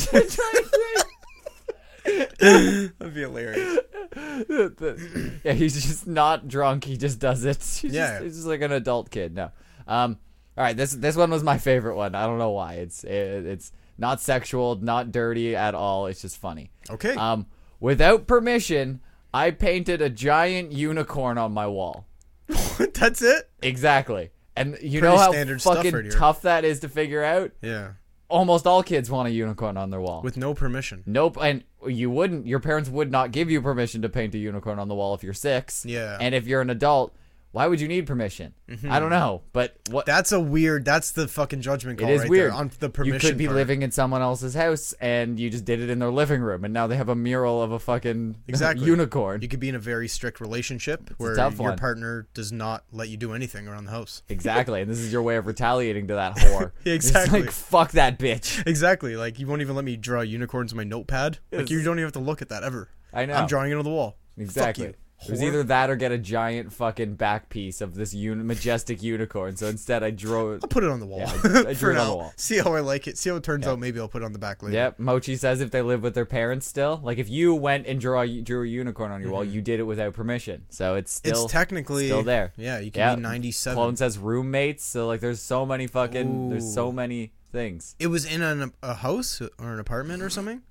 A: That'd be hilarious.
D: yeah, he's just not drunk. He just does it. He's,
A: Yeah.
D: just, he's just like an adult kid. No. Um. All right. This this one was my favorite one. I don't know why. It's it, it's not sexual, not dirty at all. It's just funny.
A: Okay.
D: Um. Without permission, I painted a giant unicorn on my wall.
A: That's it?
D: Exactly. And you
A: Pretty
D: know how
A: standard stuff right
D: fucking
A: here.
D: tough that is to figure out.
A: Yeah.
D: Almost all kids want a unicorn on their wall.
A: With no permission.
D: Nope, and you wouldn't. Your parents would not give you permission to paint a unicorn on the wall if you're six.
A: Yeah. Mm-hmm.
D: And if you're an adult, why would you need permission? I don't know, but what
A: That's a weird, that's the fucking judgment
D: it
A: call
D: is
A: right
D: weird.
A: there on the
D: you
A: permission.
D: could be
A: part.
D: living in someone else's house, and you just did it in their living room, and now they have a mural of a fucking
A: Exactly.
D: unicorn.
A: You could be in a very strict relationship where
D: tough
A: your
D: one.
A: partner does not let you do anything around the house.
D: exactly, and this is your way of retaliating to that whore.
A: Exactly.
D: It's like fuck that bitch.
A: Exactly. Like, you won't even let me draw unicorns in my notepad. Like, you don't even have to look at that ever.
D: I know.
A: I'm drawing it on the wall. Fuck
D: Exactly.
A: you,
D: It was
A: whore.
D: either that or get a giant fucking back piece of this un- majestic unicorn. So instead, I drew.
A: put it on the wall
D: I- I drew
A: for
D: it on the
A: now.
D: wall.
A: See how I like it. See how it turns out. Maybe I'll put it on the back later.
D: Yep, Mochi says if they live with their parents still, like if you went and draw drew a unicorn on your wall, you did it without permission, so it's
A: Mm-hmm. It's
D: still
A: technically
D: still there.
A: Yeah, you can be 97.
D: Clone says roommates, so like there's so many fucking there's so
A: Ooh.
D: many things.
A: It was in an, a house or an apartment or something.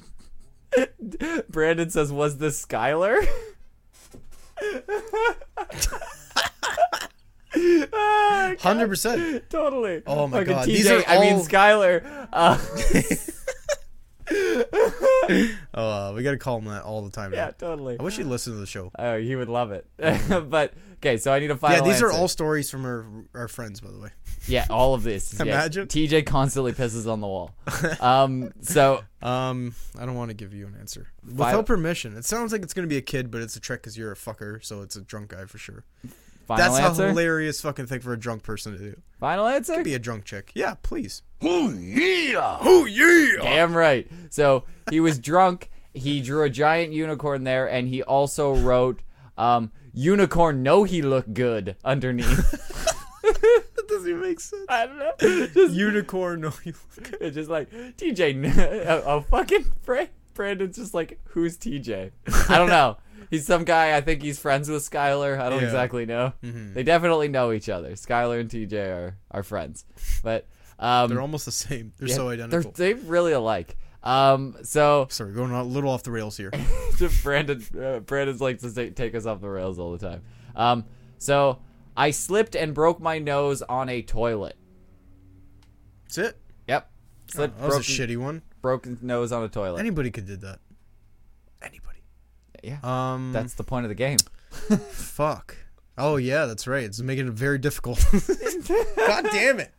D: Brandon says, was this Skylar?
A: Hundred percent.
D: Ah, totally.
A: Oh my
D: Fucking
A: God,
D: TJ,
A: these are
D: I mean
A: all-
D: Skylar. Uh,
A: Oh, uh, we gotta call him that all the time. now.
D: yeah, totally.
A: I wish he'd listen to the show.
D: Oh, he would love it. but okay, so I need a final.
A: yeah, these are
D: answer.
A: all stories from our our friends, by the way.
D: Yeah, all of this. yes.
A: Imagine.
D: TJ constantly pisses on the wall. Um, so
A: Um, I don't want to give you an answer without
D: Final-
A: permission. It sounds like it's gonna be a kid, but it's a trick because you're a fucker, so it's a drunk guy for sure.
D: final
A: That's
D: answer.
A: a hilarious fucking thing for a drunk person to do.
D: final answer.
A: Be a drunk chick. Yeah, please.
C: Ooh, yeah! Ooh, yeah!
D: Damn right. So he was drunk. He drew a giant unicorn there, and he also wrote, um, "Unicorn, know he look good" underneath.
A: That doesn't even make sense.
D: I don't know. Just,
A: Unicorn. No, you
D: it's just like TJ, kn- a, a fucking Brand- Brandon's just like, "Who's TJ?" I don't know. He's some guy. I think he's friends with Skylar. I don't
A: Yeah. Mm-hmm.
D: exactly know. They definitely know each other. Skylar and TJ are are friends, but um,
A: They're almost the same. They're so
D: they're
A: identical.
D: they really alike. Um, so
A: Sorry, going a little off the rails here.
D: to Brandon. Uh, Brandon likes to say, take us off the rails all the time. Um, so I slipped and broke my nose on a toilet.
A: That's it.
D: Yep, slipped,
A: Oh, That was a
D: broken,
A: shitty one.
D: broken nose on a toilet.
A: Anybody could did that. Anybody.
D: yeah,
A: Um.
D: that's the point of the game.
A: fuck. Oh yeah, that's right. It's making it very difficult. God damn it.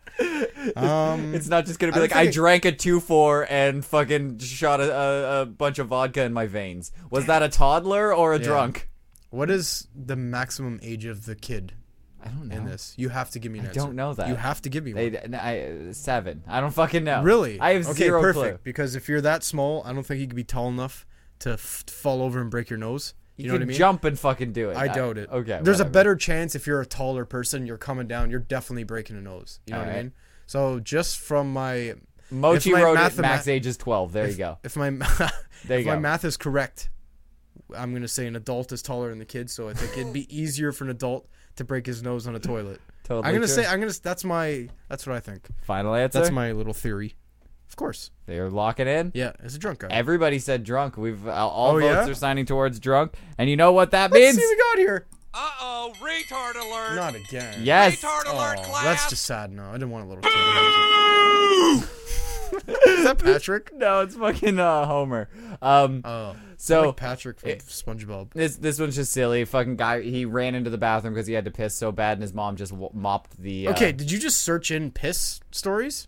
A: Um,
D: It's not just gonna be
A: I
D: like
A: think
D: I
A: it-
D: drank a two four and fucking shot a, a, a bunch of vodka in my veins. Was that a toddler or a drunk?
A: what is the maximum age of the kid
D: I don't
A: in
D: know.
A: this? You have to give me an
D: I
A: answer.
D: don't know that.
A: You have to give me
D: They,
A: one.
D: n- I, uh, seven. I don't fucking know.
A: Really?
D: I have
A: okay,
D: zero
A: perfect.
D: clue.
A: Because if you're that small, I don't think you could be tall enough to f- fall over and break your nose. You,
D: You,
A: know
D: can
A: what I mean?
D: jump and fucking do it.
A: I doubt it.
D: Okay.
A: There's a
D: whatever.
A: better chance if you're a taller person, you're coming down, you're definitely breaking a nose. You know what I
D: Alright.
A: mean? So just from my
D: Mochi
A: if my
D: wrote
A: mathema-
D: it. Max age is twelve. There you go.
A: If my
D: There you
A: if my
D: go.
A: math is correct, I'm gonna say an adult is taller than the kid, so I think it'd be easier for an adult to break his nose on a toilet.
D: Totally
A: I'm gonna
D: true.
A: say I'm gonna. s- That's my. That's what I think.
D: Final answer.
A: That's my little theory. Of course.
D: They're locking in.
A: Yeah, it's a drunk guy.
D: Everybody said drunk. We've uh, all
A: Oh,
D: votes
A: yeah?
D: are signing towards drunk, and you know what that
A: Let's
D: means?
A: see what we got here.
C: Uh oh, retard alert.
A: Not again.
D: Yes.
C: Retard alert,
A: Oh,
C: class.
A: that's just sad. No, I didn't want a little. kid. is that Patrick?
D: No, it's fucking uh, Homer. Um,
A: Oh,
D: so
A: like Patrick from SpongeBob.
D: This this one's just silly. Fucking guy, he ran into the bathroom because he had to piss so bad, and his mom just w- mopped the. Uh,
A: Okay, did you just search in piss stories?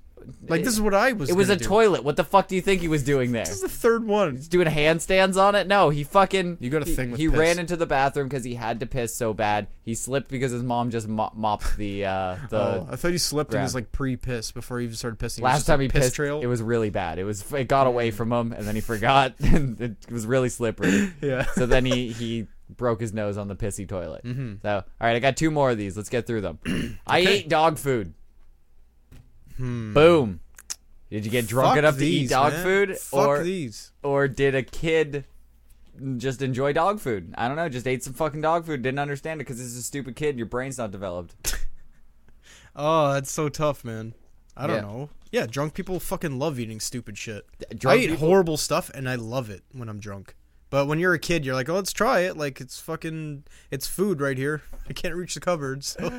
A: Like this is what I was.
D: it was a
A: gonna do.
D: toilet. What the fuck do you think he was doing there?
A: This is the third one.
D: Doing handstands on it? No, he fucking.
A: You got a
D: he-
A: thing with
D: He
A: piss.
D: ran into the bathroom because he had to piss so bad. He slipped because his mom just mop- mopped the uh the.
A: Oh, I thought he slipped and was
D: ground.
A: like pre-piss before he even started pissing. It was
D: Last
A: just
D: time
A: a
D: he
A: piss
D: pissed,
A: trail.
D: it was really bad. It was it got away from him, and then he forgot, and it was really slippery.
A: Yeah.
D: So then he he broke his nose on the pissy toilet.
A: Mm-hmm.
D: So all right, I got two more of these. Let's get through them. I ate dog food. Boom. Did you get drunk
A: Hmm. Fuck
D: enough to eat
A: these,
D: dog
A: man.
D: food,
A: Fuck
D: or
A: these.
D: or did a kid just enjoy dog food? I don't know. Just ate some fucking dog food. Didn't understand it because this is a stupid kid. Your brain's not developed.
A: Oh, that's so tough, man. I don't
D: Yeah.
A: know. Yeah, drunk people fucking love eating stupid shit. I
D: drunk
A: eat
D: people-
A: horrible stuff and I love it when I'm drunk. But when you're a kid, you're like, "Oh, let's try it. Like it's fucking it's food right here. I can't reach the cupboard, so
D: Uh,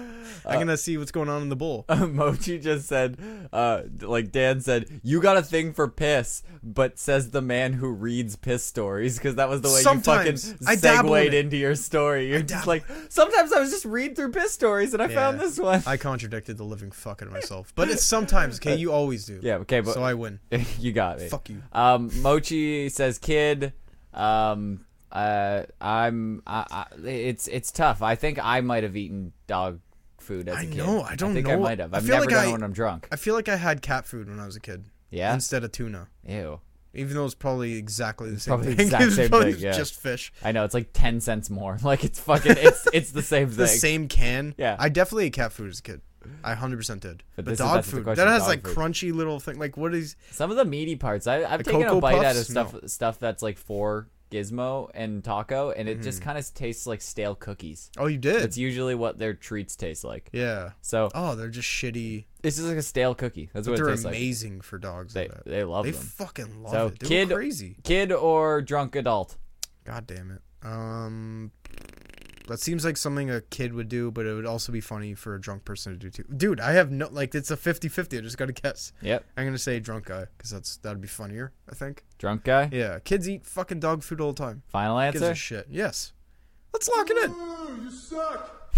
A: I'm gonna see what's going on in the bowl."
D: Mochi just said, uh, d- like Dan said, you got a thing for piss, but says the man who reads piss stories because that was the way
A: Sometimes.
D: you
A: I
D: fucking
A: dabble in
D: segued
A: it.
D: into your story. You're
A: dabble.
D: just like, sometimes I was just read through piss stories and I found
A: Yeah.
D: this one.
A: I contradicted the living fuck out of myself, but it's sometimes. Okay, you always do.
D: yeah, okay, but
A: So I win.
D: you got me.
A: Fuck you.
D: Um, Mochi says, kid, um, uh, I'm, I, I, it's, it's tough. I think I might have eaten dog food as a
A: I
D: kid.
A: know, I don't
D: think I
A: know.
D: might have.
A: I
D: I've
A: feel
D: never
A: like
D: done
A: I-
D: it when I'm drunk.
A: I feel like I had cat food when I was a kid.
D: Yeah?
A: Instead of tuna.
D: Ew.
A: Even though it's probably exactly the same
D: probably
A: thing.
D: exact
A: It's
D: same
A: probably
D: thing, yeah.
A: Just fish.
D: I know it's like ten cents more. Like it's fucking it's it's the same thing.
A: The same can.
D: Yeah.
A: I definitely ate cat food as a kid. I hundred percent did. But,
D: this is-
A: dog
D: that's the
A: food
D: question,
A: that has
D: dog
A: like
D: food.
A: crunchy little thing. Like what is?
D: Some of the meaty parts. I I've
A: The
D: taken a
A: Cocoa
D: bite out of
A: Puffs?
D: stuff stuff that's like for Gizmo and Taco, and it just
A: Mm-hmm.
D: kind of tastes like stale cookies.
A: Oh, you
D: That's
A: did.
D: usually what their treats taste like.
A: yeah.
D: So
A: Oh, they're just shitty.
D: it's just like a stale cookie. That's what
A: They're
D: it tastes like.
A: amazing for dogs.
D: They
A: They, that.
D: they love
A: they
D: them.
A: fucking love
D: So
A: it. They're
D: kid-
A: crazy.
D: Kid or drunk adult.
A: God damn it. Um, that seems like something a kid would do, but it would also be funny for a drunk person to do too. Dude, I have no like. It's a 50-50. I just got to guess.
D: Yep,
A: I'm gonna say drunk guy because that's that'd be funnier. I think.
D: drunk guy.
A: Yeah, kids eat fucking dog food all the time.
D: Final
A: Gives a
D: answer.
A: shit. Yes. Let's lock it in. you suck.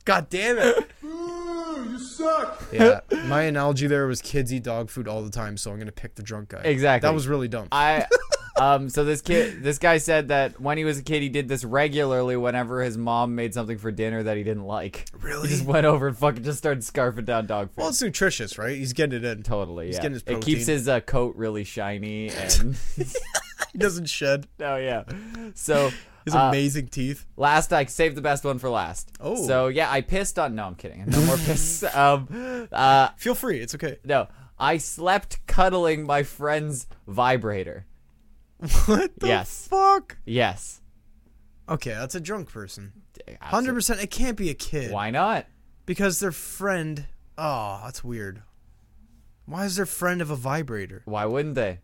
A: God damn it. you suck. Yeah, my analogy there was kids eat dog food all the time, so I'm gonna pick the drunk guy.
D: Exactly.
A: That was really dumb.
D: I um so this kid this guy said that when he was a kid he did this regularly whenever his mom made something for dinner that he didn't like.
A: Really?
D: He just went over and fucking just started scarfing down dog food.
A: well, it's nutritious, right? He's getting it in.
D: totally, yeah.
A: getting his
D: it keeps
A: protein.
D: his uh, coat really shiny and
A: He doesn't shed.
D: oh yeah. So
A: His
D: uh,
A: amazing teeth.
D: last I saved the best one for last.
A: Oh.
D: So yeah, I pissed on no I'm kidding. No more piss. Um uh
A: Feel free. It's okay.
D: no. I slept cuddling my friend's vibrator.
A: What the
D: Yes.
A: fuck?
D: Yes.
A: Okay, that's a drunk person. Hundred
D: Absolutely.
A: percent. It can't be a kid.
D: Why not?
A: Because their friend. Oh, that's weird. Why is their friend of a vibrator?
D: Why wouldn't they?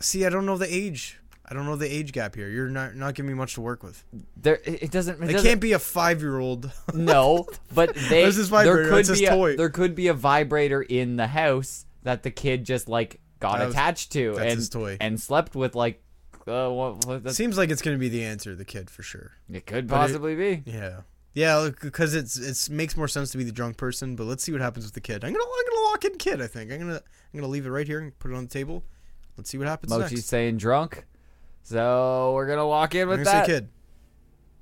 A: See, I don't know the age. I don't know the age gap here. You're not not giving me much to work with.
D: There, it it doesn't. It,
A: It
D: doesn't-
A: can't be a five year old.
D: No, but they.
A: Where's his vibrator?
D: There could
A: That's his
D: be a,
A: toy.
D: There could be a vibrator in the house that the kid just like got
A: That was-
D: attached to
A: that's
D: and
A: his toy.
D: and slept with like. Uh, what, what, that's,
A: Seems like it's gonna be the answer, the kid for sure.
D: it could
A: it-
D: possibly be.
A: Yeah. Yeah, because it's it's makes more sense to be the drunk person. But let's see what happens with the kid. I'm gonna I'm gonna lock in kid. I think I'm gonna I'm gonna leave it right here and put it on the table. Let's see what happens
D: Mochi's
A: next.
D: saying drunk. So we're gonna walk in
A: I'm
D: with
A: gonna
D: that.
A: say kid.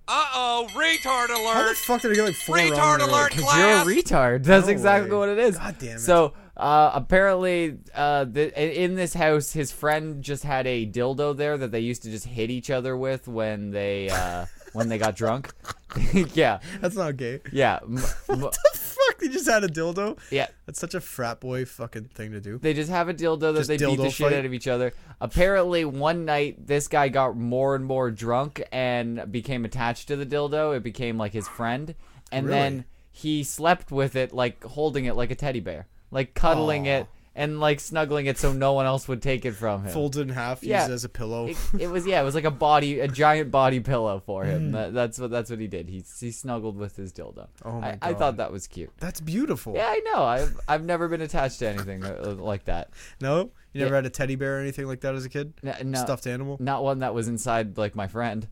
C: Uh oh, retard
A: How the
C: alert!
A: fuck did I get like four wrong in a
C: Retard
A: row?
C: alert!
D: Because you're a
C: Class.
D: retard. That's
A: No
D: exactly
A: way.
D: what it is.
A: God damn it.
D: So uh, apparently, uh, the, i- in this house, his friend just had a dildo there that they used to just hit each other with when they uh, when they got drunk. yeah,
A: That's not gay.
D: yeah, m- m-
A: the fuck? They just had a dildo.
D: yeah.
A: That's such a frat boy fucking thing to do.
D: They just have a dildo that
A: Just
D: they beat the
A: dildo
D: shit
A: fight?
D: out of each other. Apparently, one night this guy got more and more drunk and became attached to the dildo. It became like his friend, and then
A: Really?
D: he slept with it, like holding it like a teddy bear, like cuddling
A: Aw.
D: it and like snuggling it so no one else would take it from him.
A: Folded in half,
D: Yeah.
A: used as a pillow.
D: It, it was yeah, it was like a body, a giant body pillow for
A: Mm.
D: him. That, that's what that's what he did. He he snuggled with his dildo.
A: Oh my
D: I, I
A: God.
D: thought that was cute.
A: That's beautiful.
D: Yeah, I know. I've I've never been attached to anything uh, like that.
A: No, you never
D: Yeah.
A: had a teddy bear or anything like that as a kid.
D: N- no. Mm.
A: Stuffed animal.
D: Not one that was inside like my friend.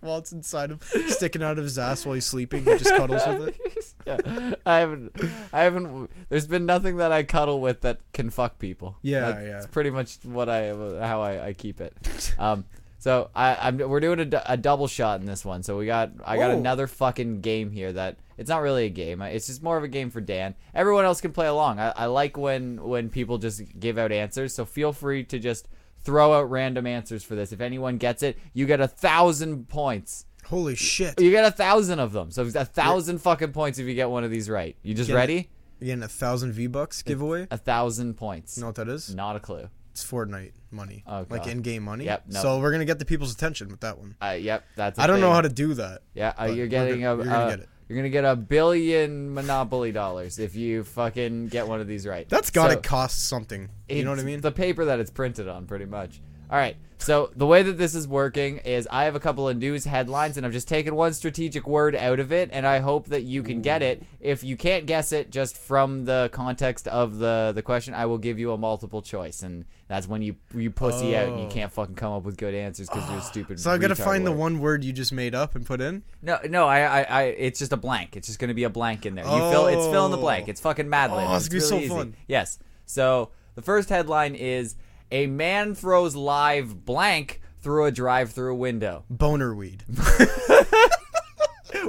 A: While it's inside him, sticking out of his ass while he's sleeping, he just cuddles with it.
D: yeah. I haven't I haven't there's been nothing that I cuddle with that can fuck people.
A: Yeah,
D: That's
A: yeah.
D: pretty much what I how I, I keep it. Um so I I'm we're doing a, du- a double shot in this one. So we got I got
A: Oh.
D: another fucking game here that it's not really a game. It's just more of a game for Dan. Everyone else can play along. I, I like when when people just give out answers. So feel free to just throw out random answers for this. If anyone gets it, you get a thousand points.
A: Holy shit!
D: You get a thousand of them. So it's a thousand fucking points if you get one of these right. You just
A: Get it.
D: ready?
A: You getting a thousand V bucks giveaway?
D: A thousand points.
A: You know what that is?
D: Not a clue.
A: It's Fortnite money,
D: Oh,
A: like
D: God.
A: in-game money.
D: Yep, no.
A: So we're gonna get the people's attention with that one.
D: Uh, yep, that's. I
A: I don't know how to do that.
D: Yeah, uh,
A: but
D: you're
A: we're
D: getting
A: gonna-
D: a.
A: you're gonna
D: uh,
A: get it.
D: You're gonna get a billion Monopoly dollars if you fucking get one of these right.
A: That's gotta
D: So
A: cost something. You know what I
D: it's
A: mean?
D: The paper that it's printed on, pretty much. All right. So the way that this is working is I have a couple of news headlines, and I've just taken one strategic word out of it, and I hope that you can get it. If you can't guess it just from the context of the the question, I will give you a multiple choice, and that's when you you pussy out and you
A: Oh.
D: can't fucking come up with good answers because you're a stupid.
A: so I gotta
D: retard
A: find the
D: word.
A: one word you just made up and put in.
D: No, no, I, I, I, it's just a blank. It's just gonna be a blank in there. You fill, it's fill in the blank.
A: Oh.
D: It's fucking Mad Libs.
A: Oh, it's gonna be so
D: really easy.
A: fun.
D: Yes. So the first headline is a man throws live blank through a drive-through window.
A: Boner weed.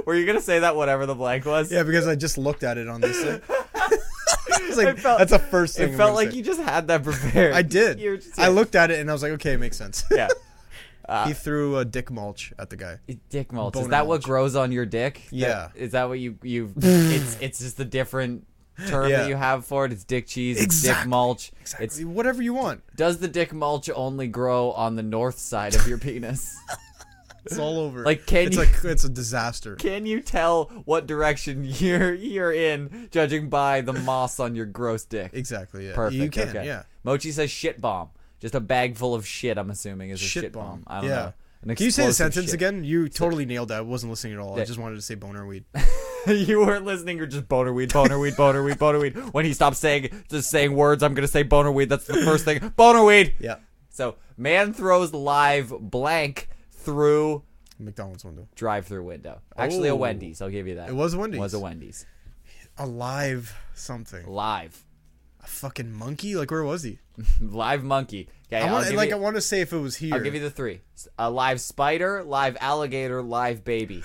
D: Were you gonna say that whatever the blank was?
A: Yeah, because I just looked at it on this thing. It's like,
D: It felt-
A: that's the first thing.
D: It
A: I'm
D: felt
A: gonna
D: like
A: say.
D: you just had that prepared.
A: I did.
D: You were just-
A: I looked at it and I was like, okay, it makes sense.
D: Yeah.
A: he threw a dick mulch at the guy.
D: Dick mulch. Is
A: Boner
D: that what
A: mulch.
D: grows on your dick? That-
A: Yeah.
D: Is that what you you? it's it's just the different term
A: Yeah.
D: that you have for it. It's dick cheese. It's dick
A: Exactly.
D: mulch. It's
A: Exactly. Whatever you want.
D: Does the dick mulch only grow on the north side of your penis?
A: It's all over.
D: Like, can
A: it's
D: you-
A: like it's a disaster.
D: Can you tell what direction you're you're in judging by the moss on your gross dick?
A: Exactly. Yeah.
D: Perfect.
A: You can.
D: okay.
A: Yeah.
D: Mochi says shit bomb. Just a bag full of shit. I'm assuming is a shit, bomb. I don't
A: yeah.
D: know. An
A: Can you say the
D: explosive
A: sentence
D: shit.
A: again? You totally nailed that. I wasn't listening at all.
D: Yeah.
A: I just wanted to say boner weed.
D: you weren't listening. You're just boner weed, boner weed, boner weed, boner weed. When he stops saying just saying words, I'm gonna say boner weed. That's the first thing. Boner weed.
A: yeah.
D: So man throws live blank through
A: McDonald's window.
D: drive-through window. Actually, a
A: Oh.
D: Wendy's. I'll give you that.
A: It was a Wendy's.
D: Was a Wendy's
A: Alive something.
D: live,
A: A fucking monkey? Like where was he?
D: live monkey. Okay,
A: I
D: I'll,
A: want
D: give
A: like
D: you,
A: I want to say if it was here.
D: I'll give you the three: S- a live spider, live alligator, live baby.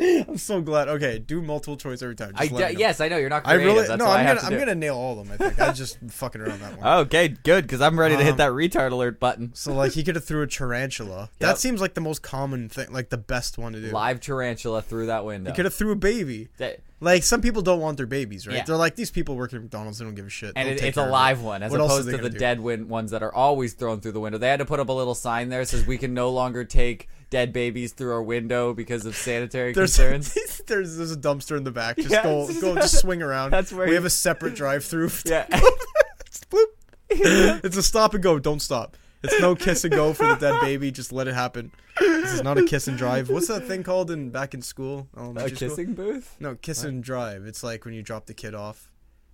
A: I'm so glad. Okay, do multiple choice every time.
D: I
A: Just let
D: d-
A: me know.
D: yes, I know you're not
A: I
D: creative.
A: really
D: That's
A: no.
D: why
A: I'm
D: have
A: gonna
D: to
A: I'm
D: do Oh. it.
A: gonna nail all of them. I think I just fucking around that one.
D: Okay, good, because I'm ready to hit
A: Um,
D: that retard alert button.
A: So like he could have threw a tarantula.
D: Yep.
A: That seems like the most common thing, like the best one to do.
D: Live tarantula through that window.
A: Could have threw a baby.
D: That-
A: Like some people don't want their babies, right?
D: Yeah.
A: They're like these people working at McDonald's. They don't give a shit.
D: and
A: They'll
D: it,
A: take
D: it's a
A: care of
D: live
A: it.
D: one, as
A: What else
D: opposed
A: are they
D: to the
A: gonna do?
D: dead win- ones that are always thrown through the window. They had to put up a little sign there says we can no longer take dead babies through our window because of sanitary
A: There's,
D: concerns.
A: there's there's a dumpster in the back. Just
D: Yeah,
A: go
D: it's just-
A: go just swing around.
D: That's where
A: we
D: you-
A: have a separate drive-through.
D: yeah.
A: Just bloop. it's a stop and go. Don't stop. It's no kiss and go for the dead baby. Just let it happen. This is not a kiss and drive. What's that thing called in back in school?
D: a
A: Elementary school?
D: kissing booth?
A: No, kiss and drive. It's like when you drop the kid off.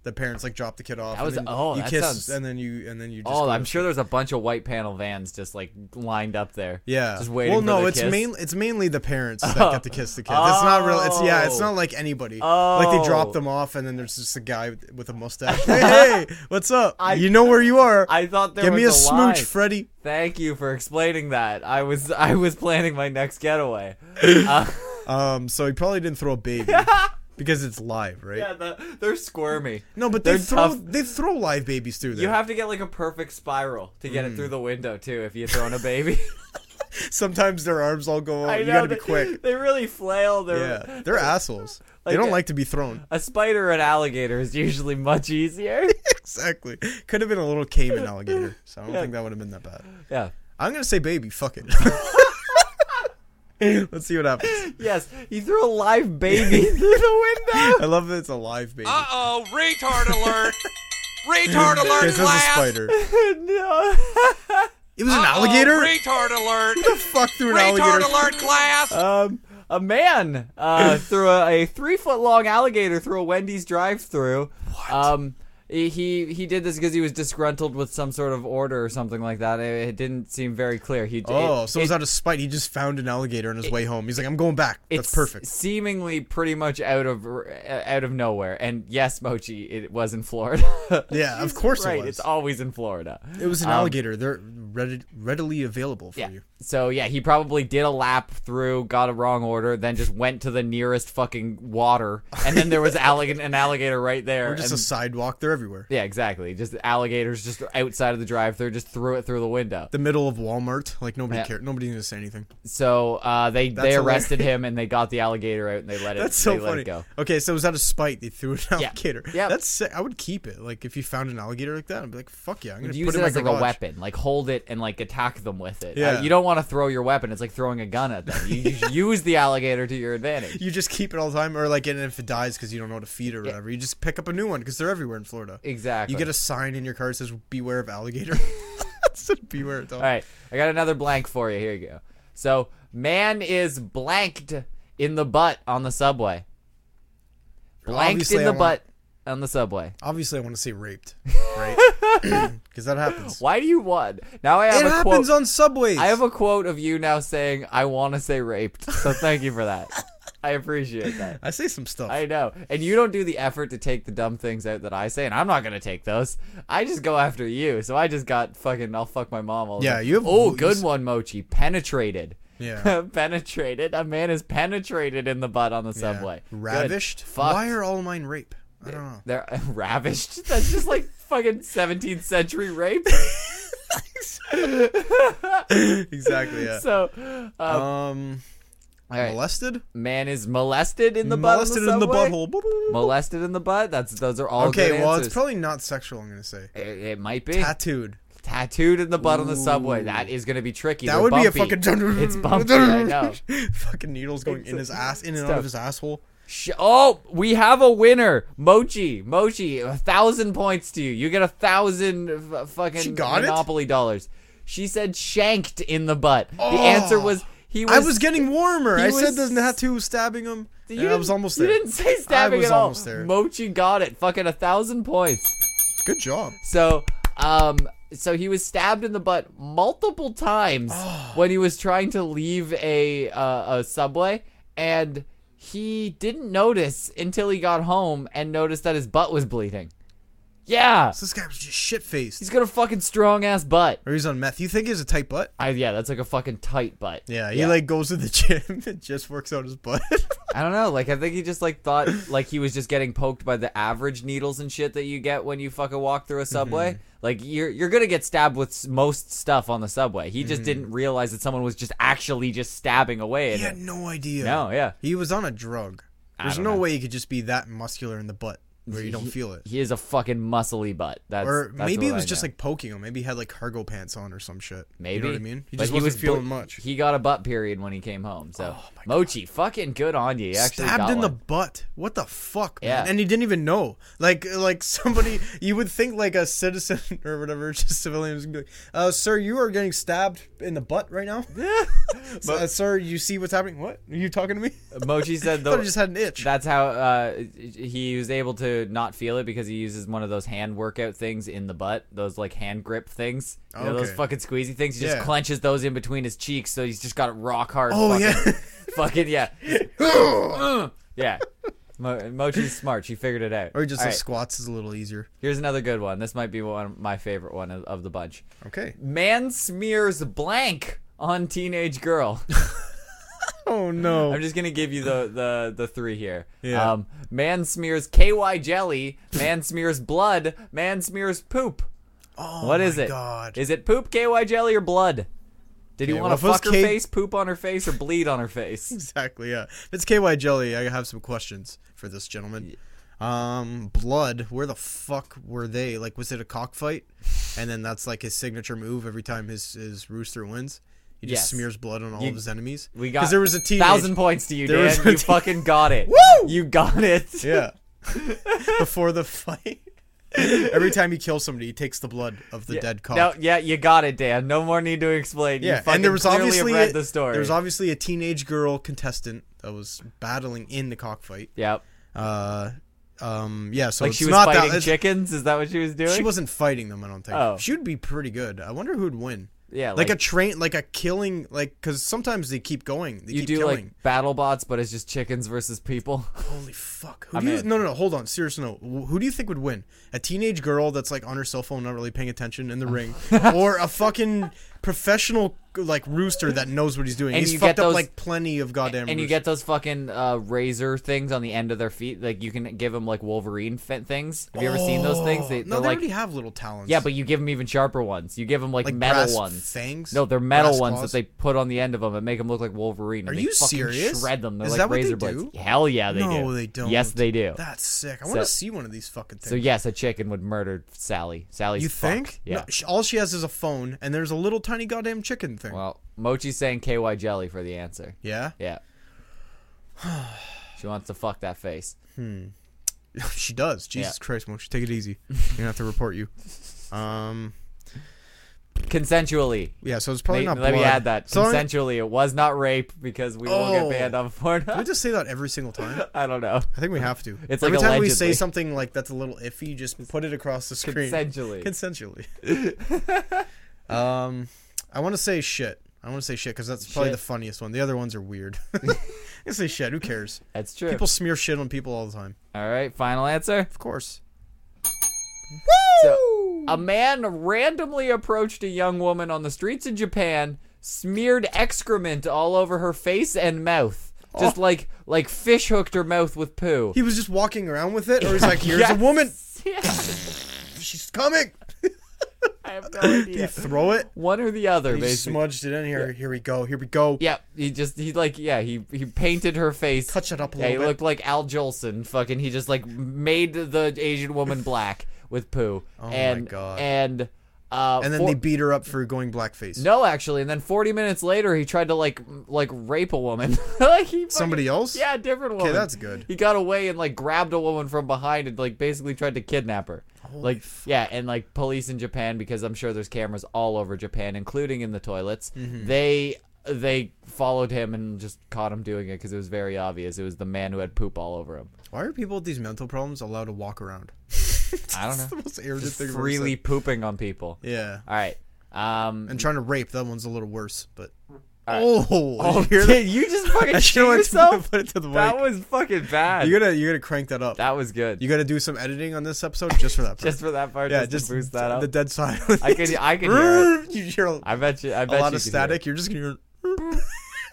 A: the parents like drop the kid off.
D: That was-
A: and then
D: oh,
A: you
D: that
A: kiss,
D: sounds-
A: and then you and then you. Just
D: Oh,
A: go
D: I'm
A: to
D: sure there's a bunch of white panel vans just like lined up there.
A: Yeah.
D: just waiting.
A: Well,
D: for
A: no,
D: the
A: it's
D: kiss.
A: mainly it's mainly the parents that get to kiss the kids. It's not real. It's yeah. It's
D: Oh.
A: not like anybody. Like they
D: Oh.
A: drop them off, and then there's just a guy with- with a mustache. hey, hey, what's up?
D: I-
A: you know where you are.
D: I thought there
A: Give
D: was
A: me a,
D: line.
A: smooch, Freddy.
D: Thank you for explaining that. I was I was planning my next getaway. Uh,
A: Um, so he probably didn't throw a baby because it's live, right?
D: yeah, the, they're squirmy.
A: No, but they
D: They're
A: throw
D: tough.
A: they throw live babies through there.
D: You have to get like a perfect spiral to
A: Mm.
D: get it through the window too. If you throw in a baby,
A: Sometimes their arms all go out.
D: I
A: Oh, You
D: know,
A: gotta be
D: they-
A: quick.
D: They really flail. Their,
A: Yeah, they're assholes.
D: Like,
A: they don't
D: uh,
A: like to be thrown.
D: A spider and alligator is usually much easier.
A: Exactly. Could have been a little caiman alligator, so I don't think that would have been that bad.
D: yeah.
A: I'm gonna say baby. Fuck it. Let's see what happens.
D: Yes, he threw a live baby through the window.
A: I love that it's a live baby.
C: Uh oh, retard alert. retard alert,
A: This is a
C: class.
A: spider.
D: no.
A: It was an
C: Uh-oh,
A: alligator.
C: retard alert.
A: the fuck through an
C: retard
A: alligator. Uh.
C: alert, class.
D: um, a man uh, threw a, a three foot long alligator through a Wendy's drive through. Um, he he he did this because he was disgruntled with some sort of order or something like that. It, it didn't seem very clear. He
A: Oh,
D: it,
A: so it was out of spite. He just found an alligator on his way home. He's like, I'm going back. That's
D: it's
A: perfect.
D: Seemingly pretty much out of uh, out of nowhere. And yes, Mochi, it was in Florida.
A: Yeah, of course
D: right.
A: it was.
D: It's always in Florida.
A: it was an alligator. They're readi- readily available for
D: Yeah.
A: you.
D: So yeah, he probably did a lap through, got a wrong order, then just went to the nearest fucking water, and then there was allig- an alligator right there.
A: Or just a
D: and-
A: sidewalk. They're everywhere.
D: yeah, exactly. Just alligators just outside of the drive-through, just threw it through the window.
A: The middle of Walmart. Like nobody
D: Yeah.
A: cared. Nobody needs to say anything.
D: So uh, they they
A: hilarious.
D: arrested him and they got the alligator out and they let it.
A: That's so
D: they Let
A: funny.
D: it go.
A: Okay, so it was out of spite they threw an alligator.
D: Yep.
A: That's sick. I would keep it. Like if you found an alligator like that, I'd be like, fuck yeah, I'm gonna
D: Use
A: put
D: it
A: in my
D: as like a
A: garage.
D: weapon, like hold it and like attack them with it. Uh,
A: Yeah.
D: you don't want to throw your weapon; it's like throwing a gun at them. You, you should use the alligator to your advantage.
A: You just keep it all the time, or like, and if it dies because you don't know what to feed or whatever, you just pick up a new one because they're everywhere in Florida.
D: Exactly.
A: You get a sign in your car that says "Beware of alligator." it said "Beware of dog."
D: All right, I got another blank for you. Here you go. So, man is blanked in the butt on the subway. Blanked
A: Obviously,
D: in
A: I
D: the
A: want-
D: butt on the subway.
A: Obviously, I want to say raped, right? Because that happens.
D: Why do you want? Now I have
A: It
D: a quote.
A: happens on subways.
D: I have a quote of you now saying, "I want to say raped." So thank you for that. I appreciate that.
A: I say some stuff.
D: I know, and you don't do the effort to take the dumb things out that I say, and I'm not gonna take those. I just go after you, so I just got fucking. I'll fuck my mom. All the
A: Yeah,
D: time.
A: you have
D: Oh,
A: loose-
D: good one, Mochi. Penetrated.
A: Yeah.
D: penetrated. A man is penetrated in the butt on the
A: Yeah.
D: subway. Good.
A: Ravished.
D: Fucked.
A: Why are all mine rape? I don't know.
D: They're ravished. That's just like fucking 17th century rape.
A: exactly. Yeah.
D: so, uh,
A: um,
D: all right.
A: molested.
D: man is molested in the
A: molested
D: butt.
A: in
D: on
A: the
D: subway?
A: butthole.
D: Molested in the butt. That's those are all
A: okay,
D: Good
A: well,
D: answers.
A: it's probably not sexual. I'm gonna say
D: It, it might be
A: tattooed.
D: tattooed in the butt on the subway. That is gonna be tricky.
A: That
D: They're
A: would
D: bumpy.
A: be a fucking.
D: It's bumpy. I know.
A: fucking needles going in his ass, in and out
D: Stuff.
A: of his asshole.
D: Sh- Oh, we have a winner, Mochi. Mochi, a thousand points to you. You get a thousand f- fucking
A: She got it?
D: Monopoly dollars. She said shanked in the butt. The answer was he was.
A: Oh. I was getting warmer.
D: he
A: I
D: was-
A: said the tattoo was stabbing him. and
D: You
A: I
D: didn't-
A: was almost there.
D: You didn't say stabbing
A: I was
D: at all.
A: almost there.
D: Mochi got it. Fucking a thousand points.
A: Good job.
D: So, um, so he was stabbed in the butt multiple times when he was trying to leave a uh, a subway, and he didn't notice until he got home and noticed that his butt was bleeding. Yeah,
A: This guy was just shit faced.
D: he's got a fucking strong ass butt.
A: or he's on meth. You think he has a tight butt?
D: I, yeah, that's like a fucking tight butt.
A: Yeah, he like goes to the gym and just works out his butt.
D: I don't know. Like I think he just like thought like he was just getting poked by the average needles and shit that you get when you fucking walk through a subway.
A: Mm-hmm.
D: Like you're you're gonna get stabbed with s- most stuff on the subway. He
A: Mm-hmm.
D: just didn't realize that someone was just actually just stabbing away. At
A: he had
D: him.
A: no idea.
D: No, yeah.
A: He was on a drug. There's
D: don't
A: no
D: know.
A: way he could just be that muscular in the butt where you don't feel it.
D: He is a fucking muscly butt. That's
A: or
D: that's
A: maybe
D: what
A: it was
D: I
A: just
D: know.
A: like poking him. Maybe he had like cargo pants on or some shit.
D: maybe.
A: You know what I mean? He
D: But
A: just wasn't
D: was
A: feeling
D: bu-
A: much. Oh
D: He got a butt period when he came home. So Mochi, fucking good on you. You actually
A: stabbed
D: got
A: in the
D: one.
A: butt. What the fuck, man?
D: Yeah.
A: And he didn't even know. Like, like somebody, you would think like a citizen or whatever, just civilian, was gonna be like, uh, "Sir, you are getting stabbed in the butt right now." Yeah. uh, sir, you see what's happening? What are you talking to me?
D: Mochi said
A: I thought
D: the
A: I just had an itch.
D: That's how uh, he was able to to not feel it because he uses one of those hand workout things in the butt, those like hand grip things, you know, those
A: Okay.
D: fucking squeezy things. He just
A: Yeah.
D: clenches those in between his cheeks, so he's just got it rock hard.
A: Oh
D: fucking,
A: yeah.
D: fucking yeah, yeah. Mo- Mochi's smart. She figured it out.
A: or just the
D: All right,
A: squats is a little easier.
D: here's another good one. This might be one of my favorite one of, of the bunch.
A: Okay.
D: Man smears blank on teenage girl.
A: Oh no.
D: I'm just gonna give you the the the three here.
A: Yeah.
D: Um, man smears KY jelly. Man smears blood. Man smears poop.
A: oh,
D: What is
A: my
D: it?
A: God.
D: Is it poop, KY jelly, or blood? Did
A: Okay,
D: you want to
A: well, if
D: fuck
A: it's
D: her
A: K-
D: face, poop on her face, or bleed on her face?
A: Exactly. Yeah. If it's KY jelly, I have some questions for this gentleman. Um, blood. Where the fuck were they? Like, was it a cockfight? And then that's like his signature move every time his his rooster wins. He just
D: Yes.
A: smears blood on all
D: You-
A: of his enemies.
D: We got
A: because there was a teenage.
D: thousand points to you,
A: There
D: Dan.
A: was a
D: You
A: te-
D: fucking got it.
A: Woo!
D: You got it.
A: Yeah. Before the fight. Every time he kills somebody, he takes the blood of the dead cock.
D: No, yeah, you got it, Dan. No more need to explain. You
A: yeah,
D: fucking
A: and there was
D: clearly
A: obviously
D: have read
A: a,
D: the story.
A: there was obviously a teenage girl contestant that was battling in the cockfight.
D: yep.
A: Uh, um, yeah, so
D: Like
A: it's
D: she was
A: not
D: fighting
A: that, it's-
D: chickens. Is that what she was doing?
A: She wasn't fighting them, I don't think.
D: Oh.
A: She would be pretty good. I wonder who'd win.
D: Yeah,
A: like,
D: like-
A: a train, like a killing, like because sometimes they keep going. They
D: you
A: keep
D: do
A: killing.
D: like battle bots, but it's just chickens versus people.
A: Holy fuck! Who
D: I'm
A: do you,
D: in.
A: no, no, no. Hold on. Serious no. Wh- Who do you think would win? A teenage girl that's like on her cell phone, not really paying attention in the ring, or a fucking professional like rooster that knows what he's doing?
D: And
A: he's
D: you
A: fucked
D: get
A: up
D: those-
A: like plenty of goddamn.
D: and you
A: roosters.
D: get those fucking uh, razor things on the end of their feet. Like you can give them like Wolverine fit things. Have you ever seen those things? They,
A: Oh. no,
D: are
A: they
D: like
A: already have little talons.
D: yeah, but you give them even sharper ones. You give them like,
A: Like brass
D: metal ones.
A: fangs?
D: No, they're metal
A: Brass
D: ones
A: claws?
D: that they put on the end of them and make them look like Wolverine.
A: Are
D: and they
A: you
D: fucking
A: serious?
D: Shred them. They're
A: Is
D: like
A: that what they
D: razor blades.
A: do?
D: Hell yeah, they do.
A: no, they don't.
D: Yes, they do.
A: That's sick. I want to
D: So-
A: see one of these fucking things.
D: so yes, a chicken would murder Sally. Sally's
A: You
D: fucked.
A: think?
D: Yeah.
A: No, sh- all she has is a phone, and there's a little tiny goddamn chicken thing.
D: Well, Mochi's saying KY jelly for the answer.
A: yeah,
D: Yeah. she wants to fuck that face.
A: she does. Jesus Christ, Mochi, take it easy. You're gonna have to report you. Um,
D: Consensually.
A: yeah. So it's probably
D: May-
A: not.
D: let me
A: blood.
D: add that.
A: So I'm-
D: Consensually, it was not rape because we will
A: Oh.
D: get banned on
A: Can we
D: Pornhub.
A: just say that every single time?
D: I don't know.
A: I think we have to.
D: It's
A: every
D: like
A: time we say
D: allegedly.
A: something like that's a little iffy, just put it across the screen.
D: Consensually.
A: Consensually. um, I want to say shit. I want to say shit because that's probably
D: Shit.
A: the funniest one. The other ones are weird. I can say shit. Who cares?
D: That's true.
A: People smear shit on people all the time.
D: All right, final answer.
A: Of course.
D: So, a man randomly approached a young woman on the streets of Japan, smeared excrement all over her face and mouth. Just like like fish hooked her mouth with poo.
A: Oh. He was just walking around with it, or he's like, "Here's
D: Yes.
A: a woman.
D: Yes,
A: She's coming."
D: I have no idea.
A: Throw it.
D: One or the other,
A: He
D: basically.
A: smudged it in here. Here we go. Here we go.
D: Yeah, he just he like yeah he he painted her face.
A: Touch it up a
D: yeah, he
A: little bit.
D: looked like Al Jolson. Fucking, he just like made the Asian woman black with poo. Oh
A: my
D: and,
A: God.
D: And uh,
A: And then
D: for-
A: they beat her up for going blackface.
D: no, actually, and then 40 minutes later, he tried to like m- like rape a woman. like he fucking-
A: Somebody else?
D: Yeah, a different woman.
A: that's good.
D: He got away and like grabbed a woman from behind and like basically tried to kidnap her. like yeah, and like police in Japan because I'm sure there's cameras all over Japan, including in the toilets.
A: Mm-hmm.
D: They they followed him and just caught him doing it because it was very obvious. It was the man who had poop all over him.
A: Why are people with these mental problems allowed to walk around?
D: I don't
A: That's the
D: know.
A: most arrogant
D: Just
A: thing I've ever
D: freely
A: said.
D: pooping on people.
A: Yeah.
D: All right. Um,
A: And trying to rape, that one's a little worse, but. Oh,
D: oh,
A: did you hear that?
D: did you just fucking
A: I
D: shit
A: should've went to-
D: yourself?
A: put it to the
D: that
A: mic.
D: was fucking bad.
A: You gotta, you gotta crank that up.
D: that was good.
A: you gotta do some editing on this episode just for that. Part.
D: just for that part,
A: yeah,
D: just,
A: just
D: to boost that up.
A: The dead silence.
D: I could, I could hear it.
A: You hear a,
D: I bet you, I
A: a
D: bet
A: lot
D: you
A: of
D: could hear it.
A: static. You're just gonna. Hear,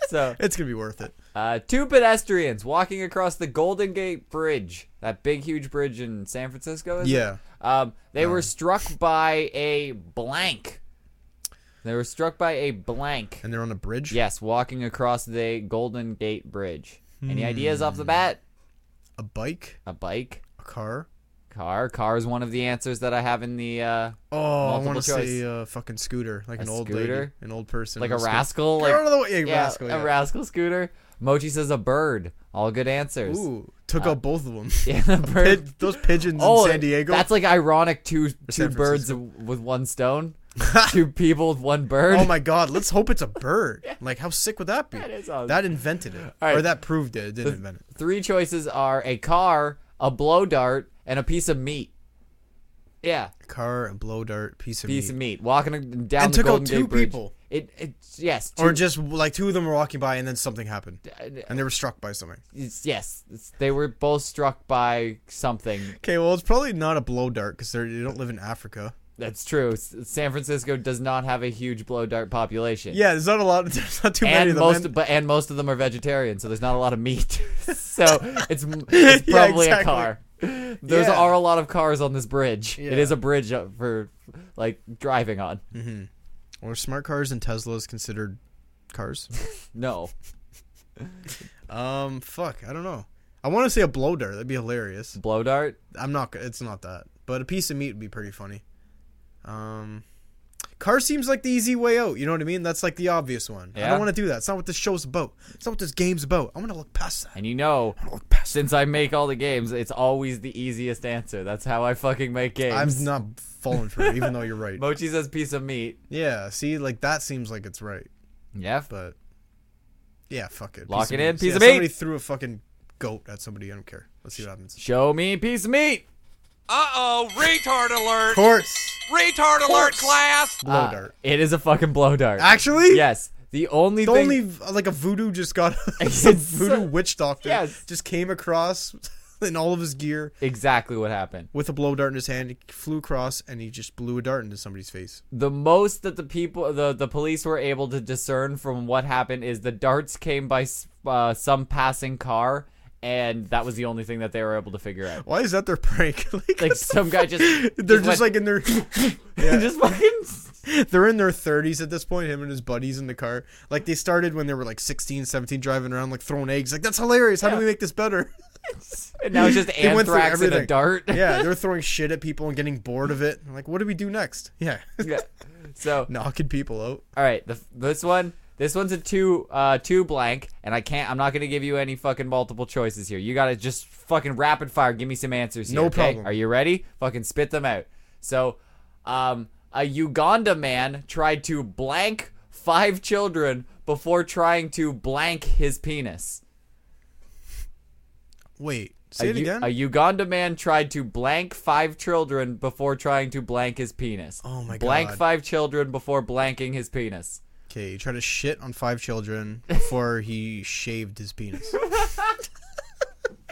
D: So,
A: it's gonna be worth it.
D: uh, two pedestrians walking across the Golden Gate Bridge, that big, huge bridge in San Francisco. Is it?
A: Yeah.
D: Um, they were struck by a blank. They were struck by a blank.
A: And they're on a bridge.
D: Yes, walking across the Golden Gate Bridge. Any ideas off the
A: Hmm.
D: bat?
A: A bike,
D: A bike,
A: a car.
D: car. Car is one of the answers that I have in the uh,
A: Oh, I
D: Multiple
A: want to say
D: choice.
A: uh, fucking scooter, like
D: A
A: an old lady,
D: scooter?
A: an old person,
D: like
A: on
D: a
A: scooter.
D: rascal,
A: Get
D: like
A: out of the way, yeah,
D: yeah,
A: rascal, yeah.
D: a rascal scooter. Mochi says a bird. All good answers.
A: Ooh, took out both of them.
D: Yeah, a
A: Pig-
D: bird.
A: those pigeons in San Diego.
D: Oh, That's like ironic. Two two
A: San
D: birds with one stone. two people with one bird.
A: oh my god, let's hope it's a bird. Like how sick would that be? That,
D: is awesome.
A: invented it,
D: right.
A: or that proved it. It didn't invent it.
D: Three choices are a car, a blow dart, and a piece of meat. Yeah,
A: Car, a blow dart, piece of
D: piece
A: meat.
D: of meat walking down
A: And
D: the
A: took out
D: Golden
A: two
D: Gate Bridge.
A: people.
D: It, it yes, two, uh,
A: Or just like two of them were walking by and then something happened. And they were struck by something.
D: it's- yes, it's- they were both struck by something.
A: Okay, well, it's probably not a blow dart because they don't live in Africa.
D: That's true. S- San Francisco does not have a huge blow dart population.
A: Yeah, there's not a lot. There's not too many
D: and
A: of them.
D: most
A: and-
D: but and most of them are vegetarian, so there's not a lot of meat. so it's, it's
A: Yeah,
D: probably a
A: exactly.
D: car. There's
A: Yeah.
D: are a lot of cars on this bridge. It
A: Yeah.
D: is a bridge uh, for like driving on.
A: Or smart cars and Teslas considered cars?
D: No,
A: um, fuck, I don't know. I want to say a blow dart. That'd be hilarious.
D: blow dart.
A: I'm not. go- It's not that. But a piece of meat would be pretty funny. Um, car seems like the easy way out. You know what I mean? That's like the obvious one. I
D: Yeah.
A: don't want to do that. It's not what this show's about. It's not what this game's about. I want to look past that.
D: And you know,
A: Look past.
D: since I make all the games, it's always the easiest answer. That's how I fucking make games.
A: I'm not falling for it, even though you're right.
D: Mochi says piece of meat.
A: Yeah. See, like that seems like it's right,
D: Yeah.
A: but yeah, fuck it.
D: Lock it in, piece
A: yeah,
D: of meat.
A: Somebody threw a fucking goat at somebody. I don't care. Let's see what happens.
D: Show me piece of meat.
C: Uh oh, retard alert!
A: Horse.
C: Retard alert,
A: course.
C: class!
A: Blow
D: Ah,
A: dart.
D: It is a fucking blow dart.
A: Actually.
D: yes. The only
A: The
D: thing.
A: only like a voodoo just got a
D: It's so-
A: voodoo witch doctor
D: Yes.
A: just came across in all of his gear
D: exactly what happened.
A: with a blow dart in his hand. He flew across and he just blew a dart into somebody's face.
D: the most that the people the, the police were able to discern from what happened is the darts came by s- uh, some passing car and that was the only thing that they were able to figure out
A: Why is that their prank? like,
D: like some guy just
A: they're just
D: went-
A: like in their Yeah.
D: just fucking
A: they're in their 30s at this point him and his buddies in the car like they started when they were like 16 17 driving around like throwing eggs like that's hilarious how do
D: Yeah.
A: we make this better
D: and now it's just
A: They went through
D: anthrax and a
A: everything.
D: dart
A: yeah they were throwing shit at people and getting bored of it like what do we do next yeah
D: Yeah. so
A: knocking people out
D: all right the, this one this one's a two uh two blank and i can't i'm not gonna give you any fucking multiple choices here you gotta just fucking rapid fire give me some answers here
A: No
D: okay?
A: problem.
D: are you ready fucking spit them out so um a uganda man tried to blank five children before trying to blank his penis
A: wait
D: a,
A: say it
D: U-
A: again
D: a Uganda man tried to blank five children before trying to blank his penis.
A: Oh my
D: Blank
A: God.
D: five children before blanking his penis.
A: okay he tried to shit on five children before he shaved his penis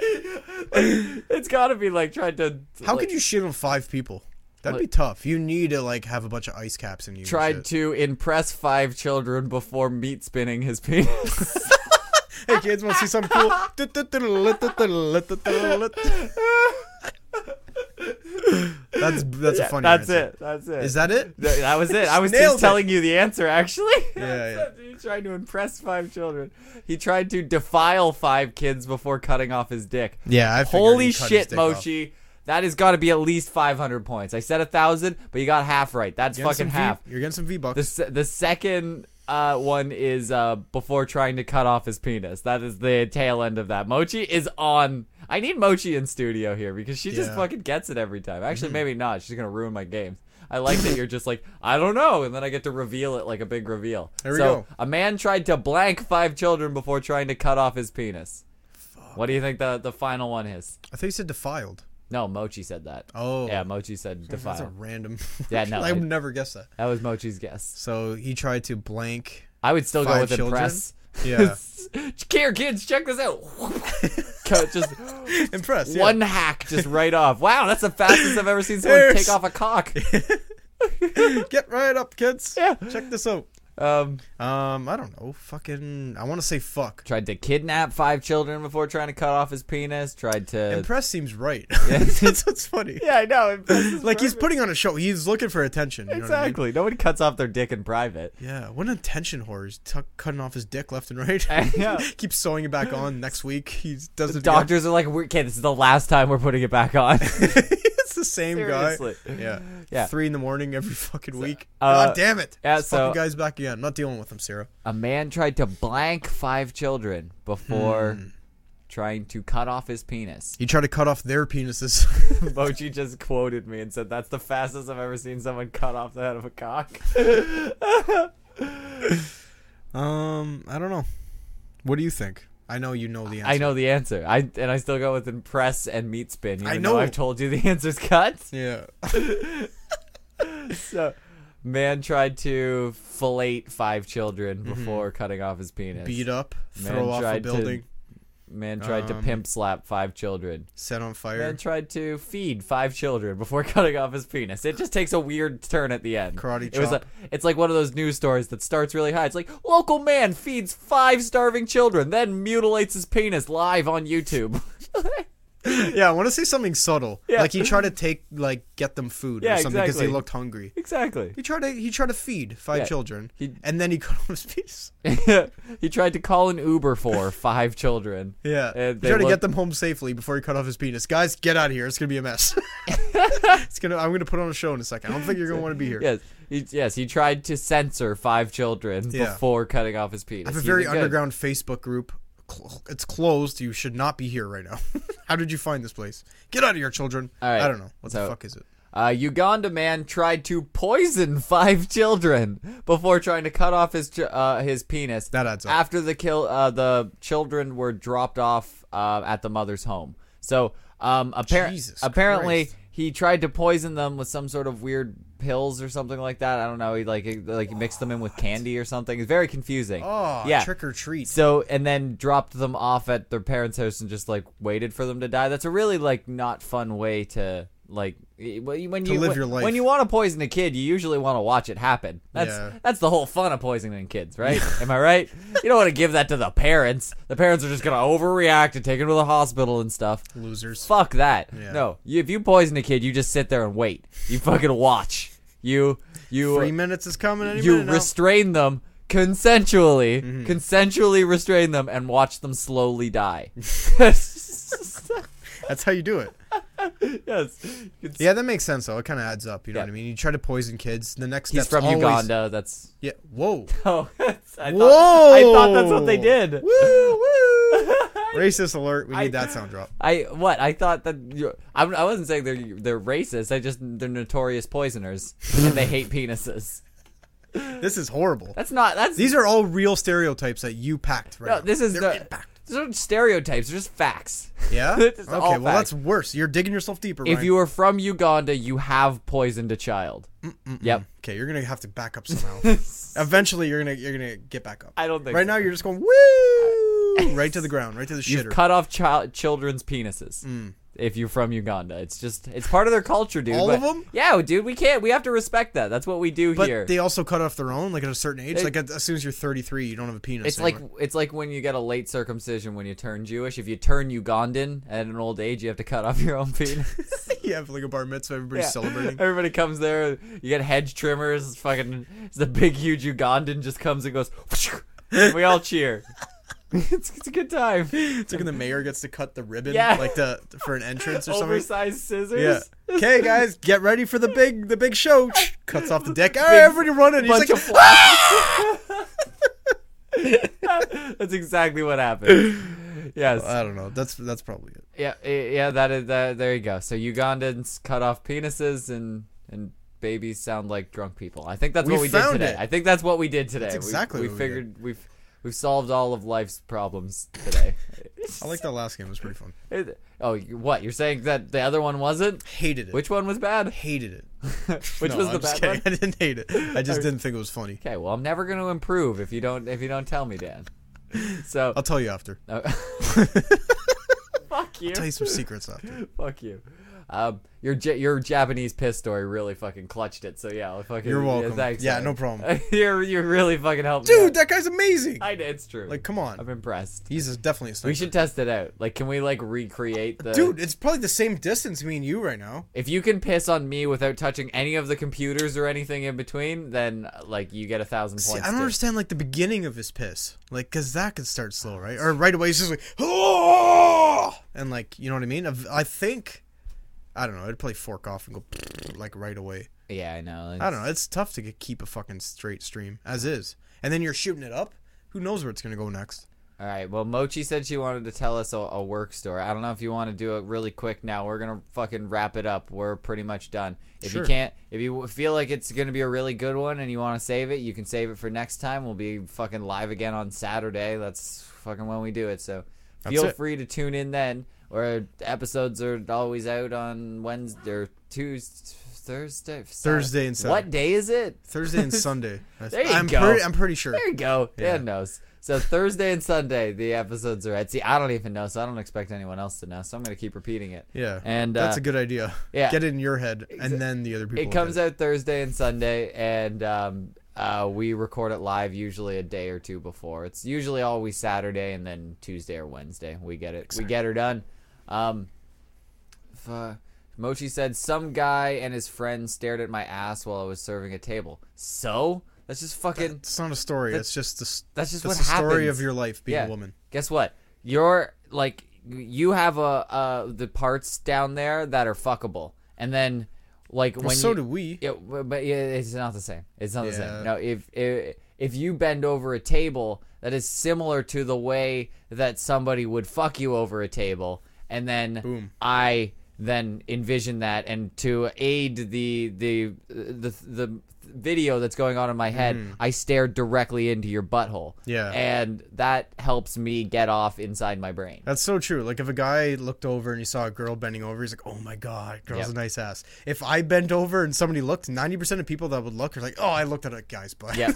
D: It's gotta be like trying to.
A: how
D: like,
A: could you shit on five people that'd be tough you need to like have a bunch of ice caps in you and
D: tried
A: shit.
D: to impress five children before meat spinning his penis.
A: hey kids want to see something cool that's that's a funny
D: That's
A: answer.
D: it. That's it.
A: Is that it?
D: Th- that was it. I was
A: Nailed
D: just
A: it.
D: telling you the answer, actually.
A: Yeah,
D: He tried to impress five children. He tried to defile five kids before cutting off his dick.
A: Yeah, I figured
D: Holy
A: he cut his
D: shit,
A: dick off.
D: Mochi. That has got to be at least 500 points. I said a 1,000, but you got half right. That's
A: Getting some
D: fucking
A: V-
D: half.
A: You're getting some V bucks.
D: The, se- the second uh, one is uh, before trying to cut off his penis. That is the tail end of that. Mochi is on. I need Mochi in studio here because she just
A: Yeah. Mm-hmm.
D: fucking gets it every time. Actually, maybe not. She's gonna ruin my games. I like that you're just like I don't know, and then I get to reveal it like a big reveal.
A: There we
D: so
A: go.
D: a man tried to blank five children before trying to cut off his penis. What do you think the the final one is?
A: I thought you said defiled.
D: No, Mochi said that.
A: Oh.
D: yeah, Mochi said
A: That's a
D: defile.
A: random.
D: Yeah, no,
A: I
D: it-
A: would never guess that.
D: That was Mochi's guess.
A: So he tried to blank.
D: I would still go
A: Five
D: with
A: children?
D: impress.
A: Yeah.
D: Here, kids, check this out. Cut, just
A: Impressed.
D: one hack, just right off. Wow, that's the fastest I've ever seen someone take
A: There's-
D: off a cock.
A: Yeah. Get right up, kids.
D: Yeah.
A: Check this out.
D: Um,
A: Um, I don't know. Fucking. I want to say fuck.
D: tried to kidnap five children before trying to cut off his penis. Tried to.
A: Impressed seems right. that's what's funny.
D: yeah, I know. impress is
A: Like he's
D: perfect.
A: putting on a show. He's looking for attention. You
D: exactly. No one cuts off their dick in private.
A: Know what I mean? Yeah. What an attention whore. He's tuck cutting off his dick left and right.
D: Yeah.
A: Keeps sewing it back on. Next week he does it. again.
D: Doctors are like, "We're- okay, this is the last time we're putting it back on.
A: it's the same
D: Seriously.
A: guy. Yeah.
D: Yeah.
A: Three in the morning every fucking week.
D: uh,
A: God damn it.
D: yeah,
A: This
D: so-
A: fucking guy's back again. Not dealing with him, Sarah.
D: A man tried to blank five children before trying to cut off his penis.
A: He tried to cut off their penises.
D: Mochi just quoted me and said, "That's the fastest I've ever seen someone cut off the head of a cock."
A: um, I don't know. What do you think? I I know you know the answer.
D: I know the answer. I and I still go with impress and meat spin. Even
A: I
D: though
A: know.
D: I've told you the answer's cut.
A: Yeah.
D: So, man tried to fillet five children before cutting off his penis.
A: Mm-hmm. Beat up,
D: Man
A: throw off a
D: tried to-
A: building,
D: Man tried to
A: Um,
D: pimp slap five children.
A: set on fire.
D: Man tried to feed five children before cutting off his penis. It just takes a weird turn at the end.
A: Karate
D: It was
A: chop.
D: like, it's like one of those news stories that starts really high. It's like local man feeds five starving children, then mutilates his penis live on YouTube.
A: yeah, I want to say something subtle.
D: Yeah.
A: Like he tried to take like get them food
D: Yeah,
A: or something because
D: exactly.
A: they looked hungry.
D: exactly.
A: He tried to he tried to feed five
D: Yeah.
A: children,
D: He-
A: and then he cut off his piece.
D: he tried to call an Uber for five children.
A: Yeah,
D: And
A: he
D: they
A: tried to
D: looked-
A: get them home safely before he cut off his penis. Guys, get out of here! It's gonna be a mess. it's gonna. I'm gonna put on a show in a second. I don't think you're gonna want to be here.
D: Yes, he, yes, he tried to censor five children
A: Yeah.
D: before cutting off his penis.
A: I have a
D: He's
A: very
D: good-
A: underground Facebook group. Cl- It's closed. You should not be here right now. How did you find this place? Get out of here, children.
D: All right,
A: I don't know. What
D: so-
A: the fuck is it?
D: Uh, Uganda man tried to poison five children before trying to cut off his ch- uh, his penis.
A: That adds up.
D: After the kill, uh, the children were dropped off uh, at the mother's home. So um, appar-
A: Jesus
D: apparently
A: Christ.
D: he tried to poison them with some sort of weird pills or something like that. I don't know. He like he- like he mixed them in with candy or something. It's very confusing.
A: Oh,
D: yeah.
A: trick or treat.
D: So and then dropped them off at their parents' house and just like waited for them to die. That's a really like not fun way to like eh, when you when you-
A: live
D: when,
A: your life.
D: when you want to poison a kid, you usually want to watch it happen. That's
A: Yeah.
D: that's the whole fun of poisoning kids, right? Am I right? You don't want to give that to the parents. The parents are just gonna overreact and take him to the hospital and stuff.
A: Losers.
D: Fuck that.
A: Yeah.
D: No, you, if you poison a kid, you just sit there and wait. You fucking watch. You you
A: Three minutes is coming. Any
D: you
A: minute Mm-hmm. now.
D: restrain them consensually, consensually restrain them and watch them slowly die. yes.
A: That's how you do it.
D: It's-
A: Yeah, that makes sense though. It kind of adds up. You know
D: Yeah.
A: what I mean? You try to poison kids. The next
D: He's
A: step's
D: from
A: always-
D: Uganda. That's
A: Yeah. Whoa.
D: oh, that's- I
A: Whoa!
D: Thought, I thought that's what they did. Woo woo.
A: Racist alert. We need
D: I-
A: that sound drop.
D: I what I thought that you- I, I wasn't saying they're they're racist. I just they're notorious poisoners and they hate penises.
A: This is horrible.
D: That's not that's
A: These are all real stereotypes that you packed right
D: no,
A: now.
D: this is
A: They're
D: the,
A: impact.
D: these aren't stereotypes. They're just facts.
A: Yeah?
D: This is
A: okay,
D: all
A: well,
D: facts.
A: that's worse. You're digging yourself deeper,
D: If
A: Ryan.
D: you are from Uganda, you have poisoned a child. Yep.
A: Okay, you're gonna have to back up somehow. Eventually, you're gonna you're gonna get back up.
D: I don't think
A: Right
D: so.
A: now, you're just going woo right to the ground, right to the
D: You've
A: shitter.
D: cut off child children's penises. If you're from Uganda, it's just it's part of their culture, dude.
A: Mm. All of
D: but-
A: them?
D: Yeah, dude. We can't. We have to respect that. That's what we do
A: but
D: here.
A: they also cut off their own, like at a certain age.
D: It-
A: like at, as soon as you're 33, you don't have a penis.
D: it's like
A: anymore.
D: it's like when you get a late circumcision when you turn Jewish. If you turn Ugandan at an old age, you have to cut off your own penis.
A: you have like a bar mitzvah. Everybody's
D: Yeah.
A: celebrating.
D: Everybody comes there. You get hedge trimmers. It's fucking it's the big huge Ugandan just comes and goes. and we all cheer. it's, it's a good time.
A: It's like when the mayor gets to cut the ribbon,
D: Yeah.
A: like to for an entrance or something.
D: Oversized
A: Yeah.
D: scissors.
A: Okay, guys, get ready for the big the big show. Cuts off the deck. All right, everybody running. He's
D: bunch
A: like,
D: of flies. That's exactly what happened. Yes.
A: I don't know. That's that's probably it.
D: Yeah. eh, Yeah. That is. That, there you go. So Ugandans cut off penises and and babies sound like drunk people. I think that's
A: We
D: what we did
A: found
D: today.
A: it.
D: I think that's what we did today.
A: That's
D: We-
A: exactly
D: We,
A: what we did.
D: figured we have we've solved all of life's problems today.
A: I like that last game. It was pretty fun.
D: It- oh, you- what you're saying that the other one wasn't?
A: Hated it.
D: Which one was bad?
A: hated it.
D: Which
A: No,
D: was
A: I'm
D: the
A: just
D: bad one?
A: kidding. I didn't hate it. I just didn't think it was funny.
D: Okay, well, I'm never going to improve if you don't if you don't tell me, Dan. So,
A: I'll tell you after.
D: uh, fuck you.
A: Tell you some secrets after.
D: Fuck you. Um, your Ja- your Japanese piss story really fucking clutched it. So yeah, I'll fucking.
A: You're welcome.
D: Yeah, thanks,
A: Yeah,
D: man.
A: no problem.
D: you're you really fucking helped, me
A: Dude,
D: out.
A: that guy's amazing.
D: I did. It's true.
A: Like, come on.
D: I'm impressed.
A: He's a- definitely a sniper.
D: We should uh, test it out. Like, can we like recreate the
A: Dude, it's probably the same distance me and you right now.
D: If you can piss on me without touching any of the computers or anything in between, then uh, like you get a thousand points.
A: See, I don't
D: too.
A: understand like the beginning of his piss, like because that could start slow, right? Or right away he's just like, oh, and like you know what I mean? I've- I think, I don't know. I'd probably fork off and go like right away.
D: Yeah, I know.
A: I don't know. It's tough to get, keep a fucking straight stream as is, and then you're shooting it up. Who knows where it's gonna go next?
D: All All right. Well, Mochi said she wanted to tell us a, a work story. I don't know if you want to do it really quick now. We're gonna fucking wrap it up. We're pretty much done. If you
A: Sure.
D: can't, if you feel like it's gonna be a really good one and you want to save it, you can save it for next time. We'll be fucking live again on Saturday. That's fucking when we do it. So
A: That's
D: feel
A: it.
D: free to tune in then. Or episodes are always out on Wednesday or Tuesday, Thursday, Saturday.
A: Thursday and
D: What
A: Saturday.
D: day is it?
A: Thursday and Sunday. I-
D: There you
A: I'm
D: go.
A: Pretty, I'm pretty sure.
D: There you go. Dan knows. So Thursday and Sunday, the episodes are at. See, I don't even know, so I don't expect anyone else to know. So I'm gonna keep repeating it.
A: Yeah,
D: and
A: that's
D: uh,
A: a good idea.
D: yeah.
A: get it in your head, and then the other people.
D: It comes out Thursday and Sunday, and um, uh, we record it live usually a day or two before. It's usually always Saturday and then Tuesday or Wednesday. We get it. We get her done. Um, if, uh, Mochi said some guy and his friend stared at my ass while I was serving a table. So that's just fucking.
A: It's not a story. it's just the. s-
D: that's just
A: that's
D: what
A: the story
D: happens.
A: of your life being
D: yeah.
A: a woman.
D: Guess what? You're like you have a uh the parts down there that are fuckable, and then like when
A: so
D: you,
A: do we.
D: Yeah, w- but yeah, it's not the same. It's not the
A: Yeah.
D: same. No, if, if if you bend over a table, that is similar to the way that somebody would fuck you over a table, and then I then envision that, and to aid the the the the video that's going on in my head, I stare directly into your butthole.
A: Mm-hmm. Yeah.
D: and that helps me get off inside my brain.
A: That's so true. Like if a guy looked over and he saw a girl bending over, he's like, "Oh my god, girl's
D: Yep.
A: a nice ass." If I bent over and somebody looked, ninety percent of people that would look are like, "Oh, I looked at a guy's butt."
D: yeah,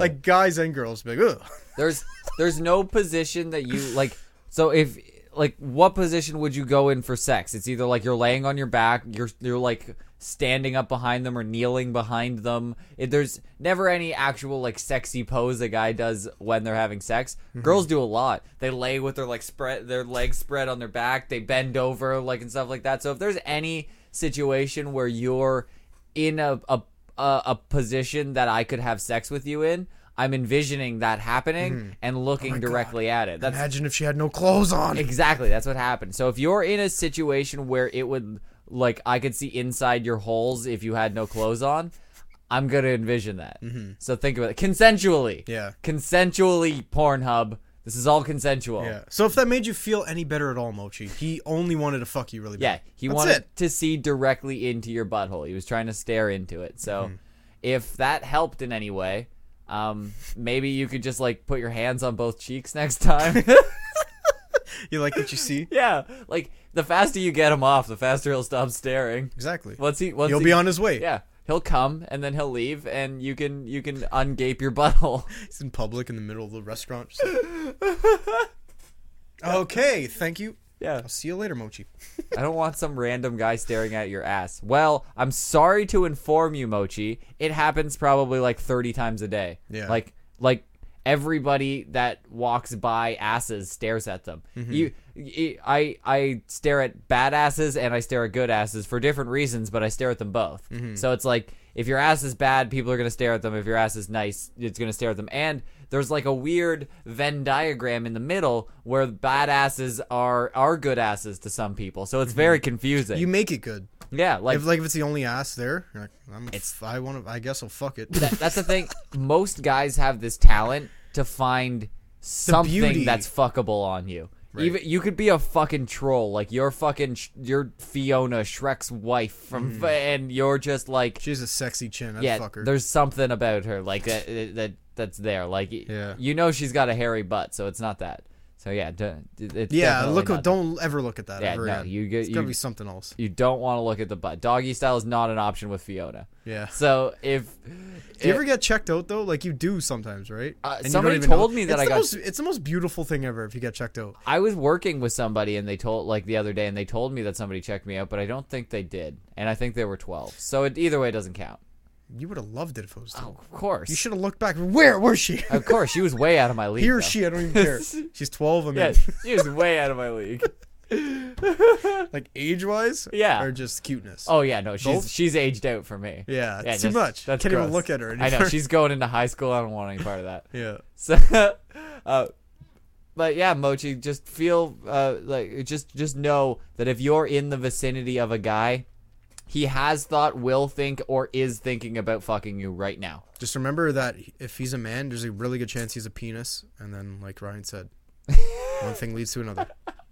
A: like guys and girls, be like, Ugh.
D: There's there's no position that you like. So if like what position would you go in for sex? It's either like you're laying on your back, you're you're like standing up behind them or kneeling behind them. It, there's never any actual like sexy pose a guy does when they're having sex. Girls do a lot. They lay with their like spread their legs spread on their back. They bend over like and stuff like that. So if there's any situation where you're in a a a, a position that I could have sex with you in. I'm envisioning that happening
A: Mm-hmm.
D: and looking directly at it. That's
A: Oh Imagine if she had no clothes on.
D: exactly that's what happened. So if you're in a situation where it would like I could see inside your holes if you had no clothes on, I'm gonna envision that. So think about it consensually.
A: Mm-hmm. Yeah.
D: consensually. Pornhub. This is all consensual.
A: Yeah. So if that made you feel any better at all, Mochi, he only wanted to fuck you really
D: Yeah,
A: bad.
D: he
A: That's
D: wanted
A: it.
D: to see directly into your butthole. He was trying to stare into it. So,
A: Mm-hmm.
D: if that helped in any way, um, maybe you could just like put your hands on both cheeks next time.
A: You like what you see?
D: yeah, like the faster you get him off, the faster he'll stop staring.
A: Exactly.
D: Once he, once
A: He'll
D: he,
A: be on his way.
D: Yeah, he'll come and then he'll leave, and you can you can ungape your butthole.
A: He's in public in the middle of the restaurant. just like- okay, thank you.
D: Yeah.
A: I'll see you later, Mochi.
D: I don't want some random guy staring at your ass. Well, I'm sorry to inform you, Mochi. It happens probably like 30 times a day.
A: Yeah.
D: Like like everybody that walks by asses stares at them.
A: Mm-hmm.
D: You, y- I I stare at bad asses and I stare at good asses for different reasons, but I stare at them both.
A: Mm-hmm.
D: So it's like if your ass is bad, people are going to stare at them. If your ass is nice, it's going to stare at them. And there's like a weird Venn diagram in the middle where bad asses are are good asses to some people. So it's very confusing.
A: Mm-hmm. You make it good.
D: yeah, like
A: If like if it's the only ass there, you're like, I'm, it's I want to. I guess I'll fuck it.
D: that, that's the thing. Most guys have this talent to find something
A: beauty.
D: that's fuckable on you. Even you could be a fucking troll, like you're fucking Sh- you're Fiona Shrek's wife from, and you're just like
A: Mm. She's a sexy chin. I'd
D: yeah.
A: fuck her.
D: There's something about her like that that that's there. Like y-
A: Yeah.
D: you know she's got a hairy butt, so it's not that. So yeah, d- it's
A: Yeah,
D: definitely
A: look.
D: not that.
A: Don't ever look at that
D: Yeah,
A: ever
D: no,
A: again.
D: you get-
A: It's gotta
D: you-
A: be something else.
D: You don't want to look at the butt. Doggy style is not an option with Fiona.
A: Yeah.
D: So if
A: Do you ever get checked out though? Like you do sometimes, right?
D: Uh,
A: you don't
D: somebody
A: even know.
D: told me that
A: It's
D: I
A: the
D: got-
A: Most, it's the most beautiful thing ever if you get checked out.
D: I was working with somebody and they told like the other day and they told me that somebody checked me out, but I don't think they did. And I think they were 12. So it, either way it doesn't count.
A: You would have loved it if it was.
D: Oh,
A: Oh,
D: of course.
A: you should have looked back. Where was she?
D: Of course, she was way out of my league.
A: He or
D: though.
A: she, I don't even care. She's twelve. I mean,
D: Yeah, she was way out of my league.
A: like age wise.
D: Yeah.
A: Or just cuteness.
D: Oh yeah, no, she's
A: Both?
D: she's aged out for me.
A: Yeah, it's too
D: that's-
A: much.
D: That's
A: Can't even
D: gross.
A: look at her
D: I know
A: anymore.
D: she's going into high school. I don't want any part of that.
A: Yeah.
D: So, uh, but yeah, Mochi, just feel uh, like just just know that if you're in the vicinity of a guy, he has thought, will think, or is thinking about fucking you right now.
A: Just remember that if he's a man, there's a really good chance he's a penis. And then, like Ryan said, One thing leads to another.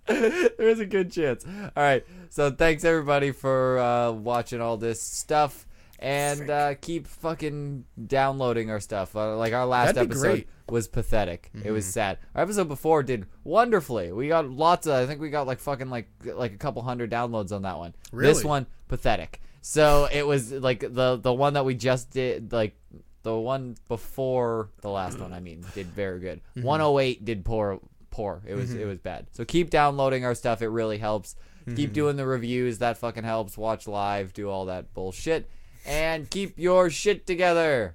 D: There's a good chance. All right. So thanks everybody for uh, watching all this stuff and uh, keep fucking downloading our stuff. Uh, like our last
A: That'd be
D: episode
A: great.
D: was pathetic. It was sad. Our episode before did wonderfully. We got lots of. I think we got like fucking like like a couple hundred downloads on that one. This
A: Really?
D: one pathetic. So it was like the the one that we just did like. The one before the last one, I mean, did very good. 108 did poor, poor. It was it was bad. So keep downloading our stuff; it really helps. Keep doing the reviews; that fucking helps. Watch live, do all that bullshit, and keep your shit together.